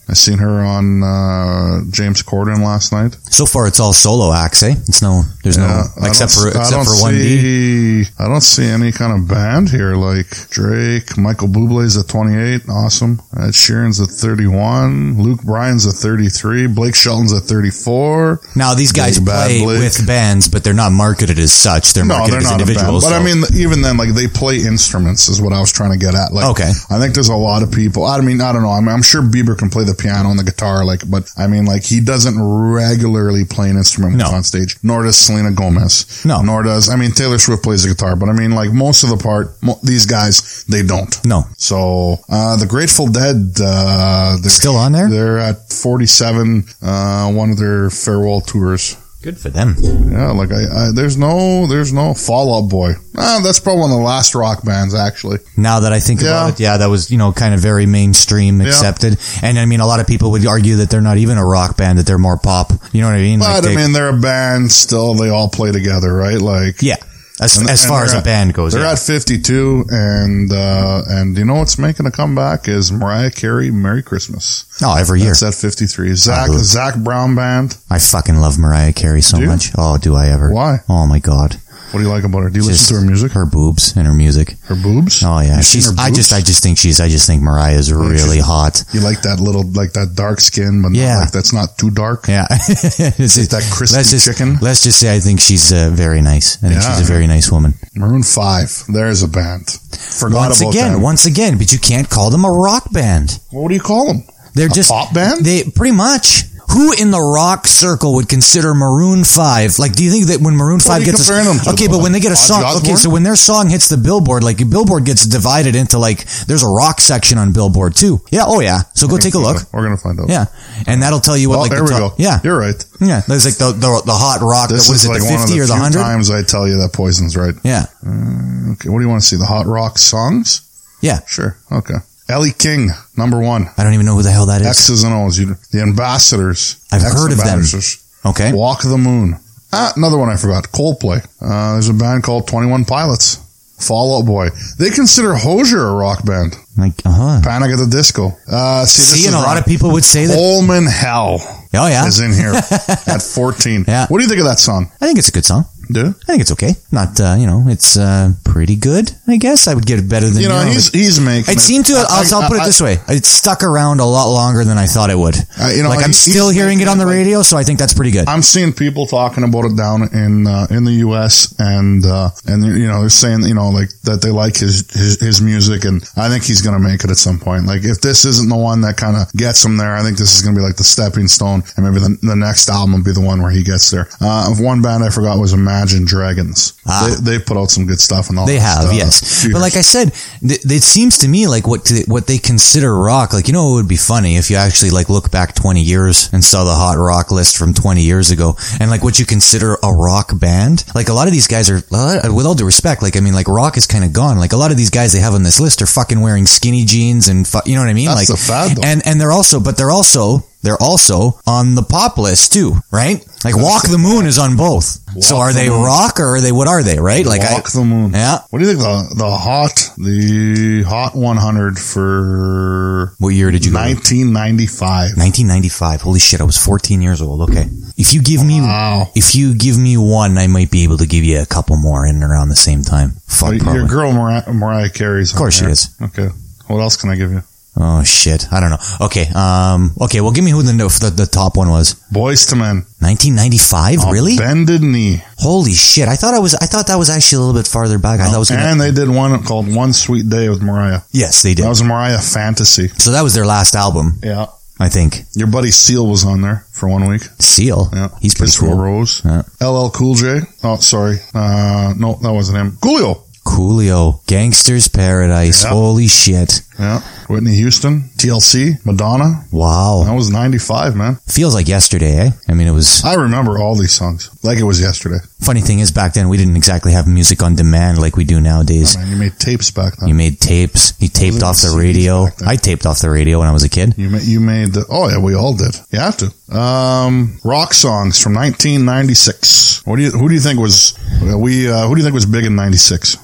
B: I seen her on uh, James Corden last night.
D: So far, it's all solo acts, eh? It's no, there's
B: Yeah,
D: no, except for,
B: don't- I
D: except
B: don't
D: for one D.
B: see- I don't see any kind of band here like Drake, Michael Bublé's at 28, awesome. Ed Sheeran's at 31, Luke Bryan's at 33, Blake Shelton's at 34.
D: Now, these guys
B: Big Bad
D: play
B: Blake.
D: with bands, but they're not marketed as such. They're
B: No,
D: marketed
B: they're
D: as
B: not a band,
D: individuals.
B: but I
D: so-
B: mean, even then, like they play instruments is what I was trying to get at. Like,
D: Okay.
B: I think there's a lot of people. I mean, I don't know. I mean, I'm sure Bieber can play the piano and the guitar, like, but I mean, like he doesn't regularly play an instrument when
D: No.
B: he's on stage. Nor does Selena Gomez.
D: No.
B: Nor does I mean Taylor Swift plays the guitar, but I mean, like most of the part, mo- these guys they don't.
D: no.
B: So uh, the Grateful Dead, uh, they're
D: Still on there?
B: They're at 47. Uh, one of their farewell tours.
D: Good for them.
B: Yeah, like I, I there's no there's no Fall Out Boy. Ah, that's probably one of the last rock bands actually.
D: Now that I think
B: Yeah.
D: about it, yeah, that was, you know, kind of very mainstream accepted. And I mean, a lot of people would argue that they're not even a rock band, that they're more pop. You know what I mean?
B: But I
D: they-
B: mean, they're a band still. They all play together, right? Like
D: yeah. As,
B: and-
D: as
B: and
D: far as
B: they're
D: a
B: at-
D: band goes,
B: They're
D: yeah.
B: at 52, and uh, and you know what's making a comeback is Mariah Carey. Merry Christmas.
D: no, Oh, every year.
B: That's at 53. Zach
D: Absolutely.
B: Zach Brown Band.
D: I fucking love Mariah Carey so
B: Do you?
D: much. Oh, do I ever?
B: Why?
D: Oh my god,
B: What do you like about her? Do you
D: Just
B: listen to her music? Her,
D: her boobs and her music.
B: her boobs?
D: Oh yeah,
B: You seen
D: she's.
B: her
D: I just,
B: boobs?
D: I just think she's. I just think Mariah is really hot.
B: You like that little like that dark skin, but
D: Yeah.
B: not, like that's not too dark.
D: Yeah, It's just-
B: that crispy
D: let's just,
B: chicken.
D: Let's just say I think she's uh, very nice. I think
B: Yeah.
D: she's a very nice woman.
B: Maroon Five. There's a band. Forgot
D: Once
B: about
D: again,
B: them.
D: once again, but you can't call them a rock band.
B: Well, what do you call them?
D: They're
B: A
D: just
B: pop band?
D: They pretty much. Who in the rock circle would consider Maroon Five? Like, do you think that when Maroon Five
B: you
D: gets a,
B: comparing them to
D: okay,
B: the-
D: but when they get a
B: Ozzy
D: song, okay,
B: Osbourne?
D: so when their song hits the Billboard, like Billboard gets divided into like there's a rock section on Billboard too. Yeah, oh yeah. So go take a look.
B: We're gonna find out.
D: Yeah, and that'll tell you what.
B: Oh,
D: like
B: there
D: the
B: we
D: top-
B: go.
D: Yeah,
B: You're right.
D: yeah. There's like the the, the hot rock.
B: This
D: the, what
B: is
D: is it?
B: like
D: the
B: one of
D: fifty
B: the
D: or the
B: few
D: hundred?
B: times I tell you that Poison's right.
D: Yeah,
B: Okay, what do you want to see? The hot rock songs?
D: yeah.
B: Sure. Okay. Ellie King, number one.
D: I don't even know who the hell that is.
B: X's and O's. You, the Ambassadors.
D: I've heard of them.
B: Ex-Ambassadors.
D: Okay.
B: Walk the Moon. Ah, another one I forgot. Coldplay. Uh, there's a band called Twenty One Pilots. Fall Out Boy. They consider Hosier a rock band.
D: Like, uh huh.
B: Panic at the Disco. Uh, see, this
D: See,
B: is
D: and a lot of people would say that.
B: Holman Hell
D: Oh yeah,
B: is in here at 14.
D: Yeah.
B: What do you think of that song,
D: I think it's a good song.
B: dude?
D: I think it's okay. Not, uh, you know, it's uh, pretty good. I guess I would give it better than
B: You know,
D: yours.
B: he's he's making.
D: It seemed to. I'll, I'll put it this way: it stuck around a lot longer than I thought it would.
B: I- Uh, you know,
D: like
B: I-
D: I'm still hearing it on the radio, so I think that's pretty good.
B: I'm seeing people talking about it down in uh, in the U.S. and uh, and you know they're saying you know like that they like his his, his music and I think he's gonna make it at some point. Like if this isn't the one that kind of gets him there, I think this is gonna be like the stepping stone, and maybe the, the next album will be the one where he gets there. Uh, of one band I forgot was Imagine Dragons.
D: Ah.
B: They, they put out some good stuff and all.
D: They have, yes. But like I said, th- it seems to me like what to, what they consider rock. Like you know, it would be funny if you actually like look back twenty years and saw the hot rock list from twenty years ago, and like what you consider a rock band. Like a lot of these guys are, uh, with all due respect, like I mean, like rock is kind of gone. Like a lot of these guys they have on this list are fucking wearing skinny jeans and fu- you know what I mean.
B: That's
D: like
B: the fad, though.
D: and and they're also, but they're also. They're also on the pop list too, right? Like Walk the Moon is on both. so
B: Walk
D: are
B: the
D: they
B: Moon.
D: rock or are they what are they, right? Like I-
B: Walk the moon.
D: Yeah.
B: What do you think the the hot the hot 100 for
D: What year did you go?
B: 1995?
D: 1995. Holy shit, I was 14 years old. Okay. If you give me
B: Wow.
D: if you give me one, I might be able to give you a couple more in and around the same time. Fuck
B: But
D: probably.
B: your girl Mariah, Mariah Carey's.
D: Of course she
B: there.
D: is.
B: Okay. What else can I give you?
D: Oh shit, I don't know. Okay. Um okay, well give me who the the, the top one was.
B: Boys to Men.
D: 1995?
B: On
D: Oh, really?
B: Bended Knee.
D: Holy shit. I thought I was I thought that was actually a little bit farther back. I thought it was gonna,
B: Oh, and they did one called One Sweet Day with Mariah.
D: Yes, they did.
B: That was Mariah Fantasy.
D: so that was their last album,
B: Yeah.
D: I think.
B: Your buddy Seal was on there for one week.
D: Seal.
B: Yeah.
D: He's pretty
B: Fitzroy
D: cool.
B: Rose.
D: Yeah.
B: LL Cool J. Oh, sorry. Uh, no, that wasn't him. Coolio.
D: Coolio. Gangster's Paradise.
B: Yeah.
D: Holy shit.
B: Yeah. Whitney Houston. TLC. Madonna.
D: Wow.
B: That was 95, man.
D: Feels like yesterday, eh? I mean, it was.
B: I remember all these songs like it was yesterday.
D: Funny thing is, back then we didn't exactly have music on demand like we do nowadays.
B: Man, you made tapes back then.
D: You made tapes. You taped
B: Wasn't
D: off the
B: Uh-huh. CDs
D: radio.
B: back then.
D: I taped off the radio when I was a kid.
B: You made, you made the, oh yeah, we all did. You have to. Um, rock songs from 1996. What do you, who do you think was, we, uh, who do you think was big in 96?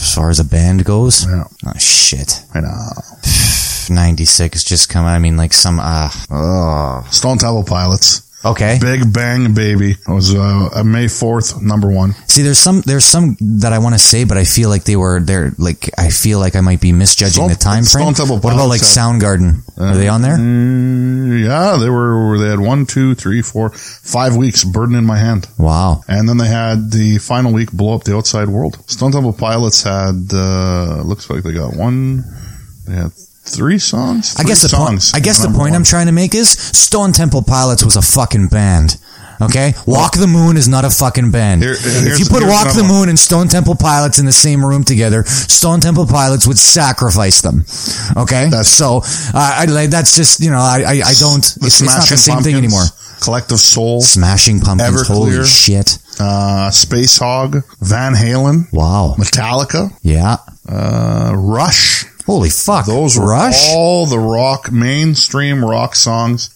D: As far as a band goes,
B: Yeah.
D: oh shit,
B: I know.
D: '96 just come. I mean, like some. uh
B: Stone Temple Pilots.
D: Okay.
B: Big Bang Baby was, uh, uh, May 4th, number one.
D: See, there's some. There's some that I want to say, but I feel like they were. They're like. I feel like I might be misjudging
B: Stone-
D: the time
B: Stone
D: frame.
B: Temple
D: what about like
B: Pilots
D: Soundgarden? Are they on there?
B: Mm, yeah, they were, they had one, two, three, four, five weeks, Burden in My Hand.
D: Wow.
B: And then they had the final week blow up the outside world. Stone Temple Pilots had uh, looks like they got one. They had three songs.
D: I guess
B: Three
D: the point.
B: songs.
D: I guess the
B: Number
D: point
B: one.
D: I'm trying to make is Stone Temple Pilots was a fucking band. Okay, Walk the Moon is not a fucking band.
B: Here-
D: if
B: here's-
D: you put
B: here's
D: Walk the
B: another one.
D: Moon and Stone Temple Pilots in the same room together, Stone Temple Pilots would sacrifice them. Okay,
B: That's-
D: so uh, I, like, that's just you know I I, I don't.
B: The
D: It's, it's not
B: Smashing
D: the same thing
B: Pumpkins,
D: anymore.
B: Collective Soul,
D: Smashing Pumpkins, holy
B: Everclear.
D: shit!
B: uh, Space Hog, Van Halen,
D: Wow,
B: Metallica,
D: yeah,
B: uh, Rush.
D: holy fuck!
B: Those were
D: Rush.
B: all the rock mainstream rock songs,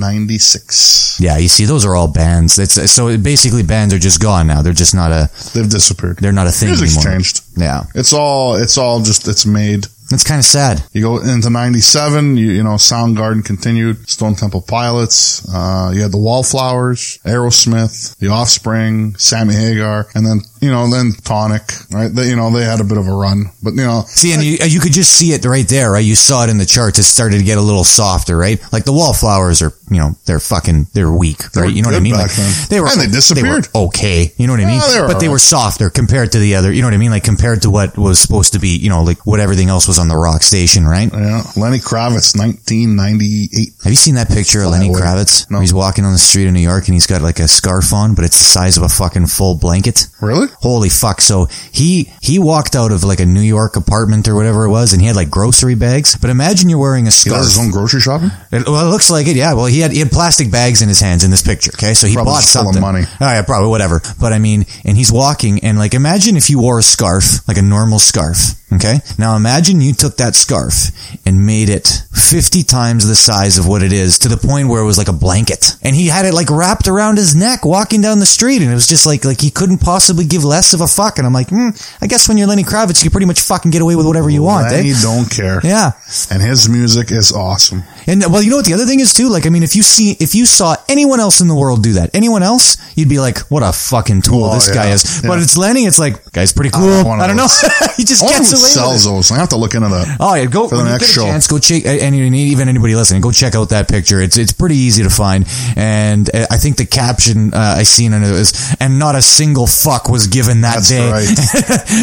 B: 1996.
D: yeah, you see, those are all bands. It's, so basically, bands are just gone now. They're just not a
B: They've disappeared.
D: they're not a thing
B: Music's
D: anymore.
B: changed.
D: Yeah,
B: It's all it's all just it's made
D: that's kind of sad.
B: You go into '97, you, you know, Soundgarden continued, Stone Temple Pilots, uh, you had the Wallflowers, Aerosmith, The Offspring, Sammy Hagar, and then, you know, then Tonic, right? They, you know, they had a bit of a run, but you know,
D: See, and you, you could just see it right there, right? You saw it in the charts. It started to get a little softer, right? Like the wallflowers are, you know, they're fucking, they're weak,
B: were
D: right? You know what I
B: good
D: mean?
B: back
D: Like,
B: then.
D: they were,
B: And they disappeared.
D: were okay, you know what I mean?
B: Yeah, they were
D: but they
B: alright.
D: were softer compared to the other. You know what I mean? Like compared to what was supposed to be, you know, like what everything else was on the rock station, right?
B: you know, Lenny Kravitz, 1998.
D: Have you seen that picture of Lenny
B: Flyaway.
D: Kravitz?
B: No.
D: He's walking on the street in New York and he's got like a scarf on, but it's the size of a fucking full blanket.
B: Really?
D: Holy fuck. So he he walked out of like a New York apartment or whatever it was and he had like grocery bags. But imagine you're wearing a
B: He does his
D: scarf.
B: own grocery shopping.
D: It, well, it looks like it. Yeah. Well, he had he had plastic bags in his hands in this picture. Okay, so he
B: Probably
D: bought
B: just full of
D: something.
B: money.
D: Oh yeah, probably whatever. But I mean, and he's walking and like imagine if you wore a scarf, like a normal scarf, Okay. Now imagine you took that scarf and made it 50 times the size of what it is to the point where it was like a blanket. And he had it like wrapped around his neck walking down the street. And it was just like, like he couldn't possibly give less of a fuck. And I'm like, hmm, I guess when you're Lenny Kravitz, you pretty much fucking get away with whatever you want.
B: Lenny
D: Eh?
B: don't care.
D: Yeah.
B: And his music is awesome.
D: And well, you know what the other thing is too? Like, I mean, if you see, if you saw anyone else in the world do that, anyone else, you'd be like, what a fucking tool
B: Oh,
D: this guy
B: yeah.
D: is.
B: Yeah.
D: But it's Lenny, it's like, guy's pretty cool.
B: Oh,
D: I
B: one
D: don't,
B: of
D: know.
B: those.
D: he just
B: I wonder
D: gets
B: who
D: away with
B: sells
D: it.
B: those. I have to look into that.
D: Oh yeah, go
B: For the
D: when you
B: next
D: get a
B: show.
D: Chance, go check, and you need- even anybody listening, go check out that picture. It's it's pretty easy to find, and uh, I think the caption uh, I seen under it is, "And not a single fuck was given that
B: That's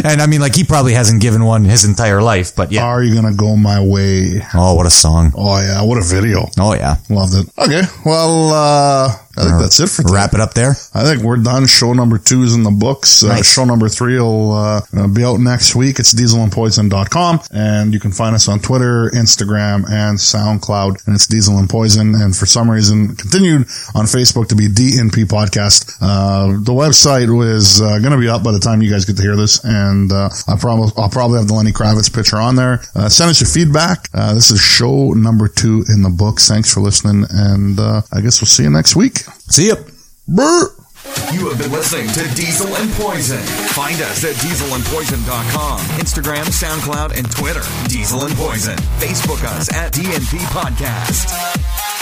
D: day." and I mean, like he probably hasn't given one his entire life, but yeah.
B: Are you gonna go my way?
D: oh, what a song!
B: Oh yeah, what a video.
D: Oh yeah,
B: Loved it. Okay, well, uh, I think that's it for today.
D: wrap it up there.
B: I think we're done. Show number two is in the books. Uh,
D: Nice.
B: Show number three will uh, uh, be out next week. It's dieselandpoison.com. And you can find us on Twitter, Instagram, and SoundCloud. And it's Diesel and Poison. And for some reason, continued on Facebook to be DNP Podcast. Uh, the website was uh, going to be up by the time you guys get to hear this. And uh, I prob- I'll probably have the Lenny Kravitz picture on there. Uh, send us your feedback. Uh, this is show number two in the books. Thanks for listening. And uh, I guess we'll see you next week.
D: See ya.
B: Brr.
A: You have been listening to Diesel and Poison. Find us at dieselandpoison.com, Instagram, SoundCloud, and Twitter. Diesel and Poison. Facebook us at DNP Podcast.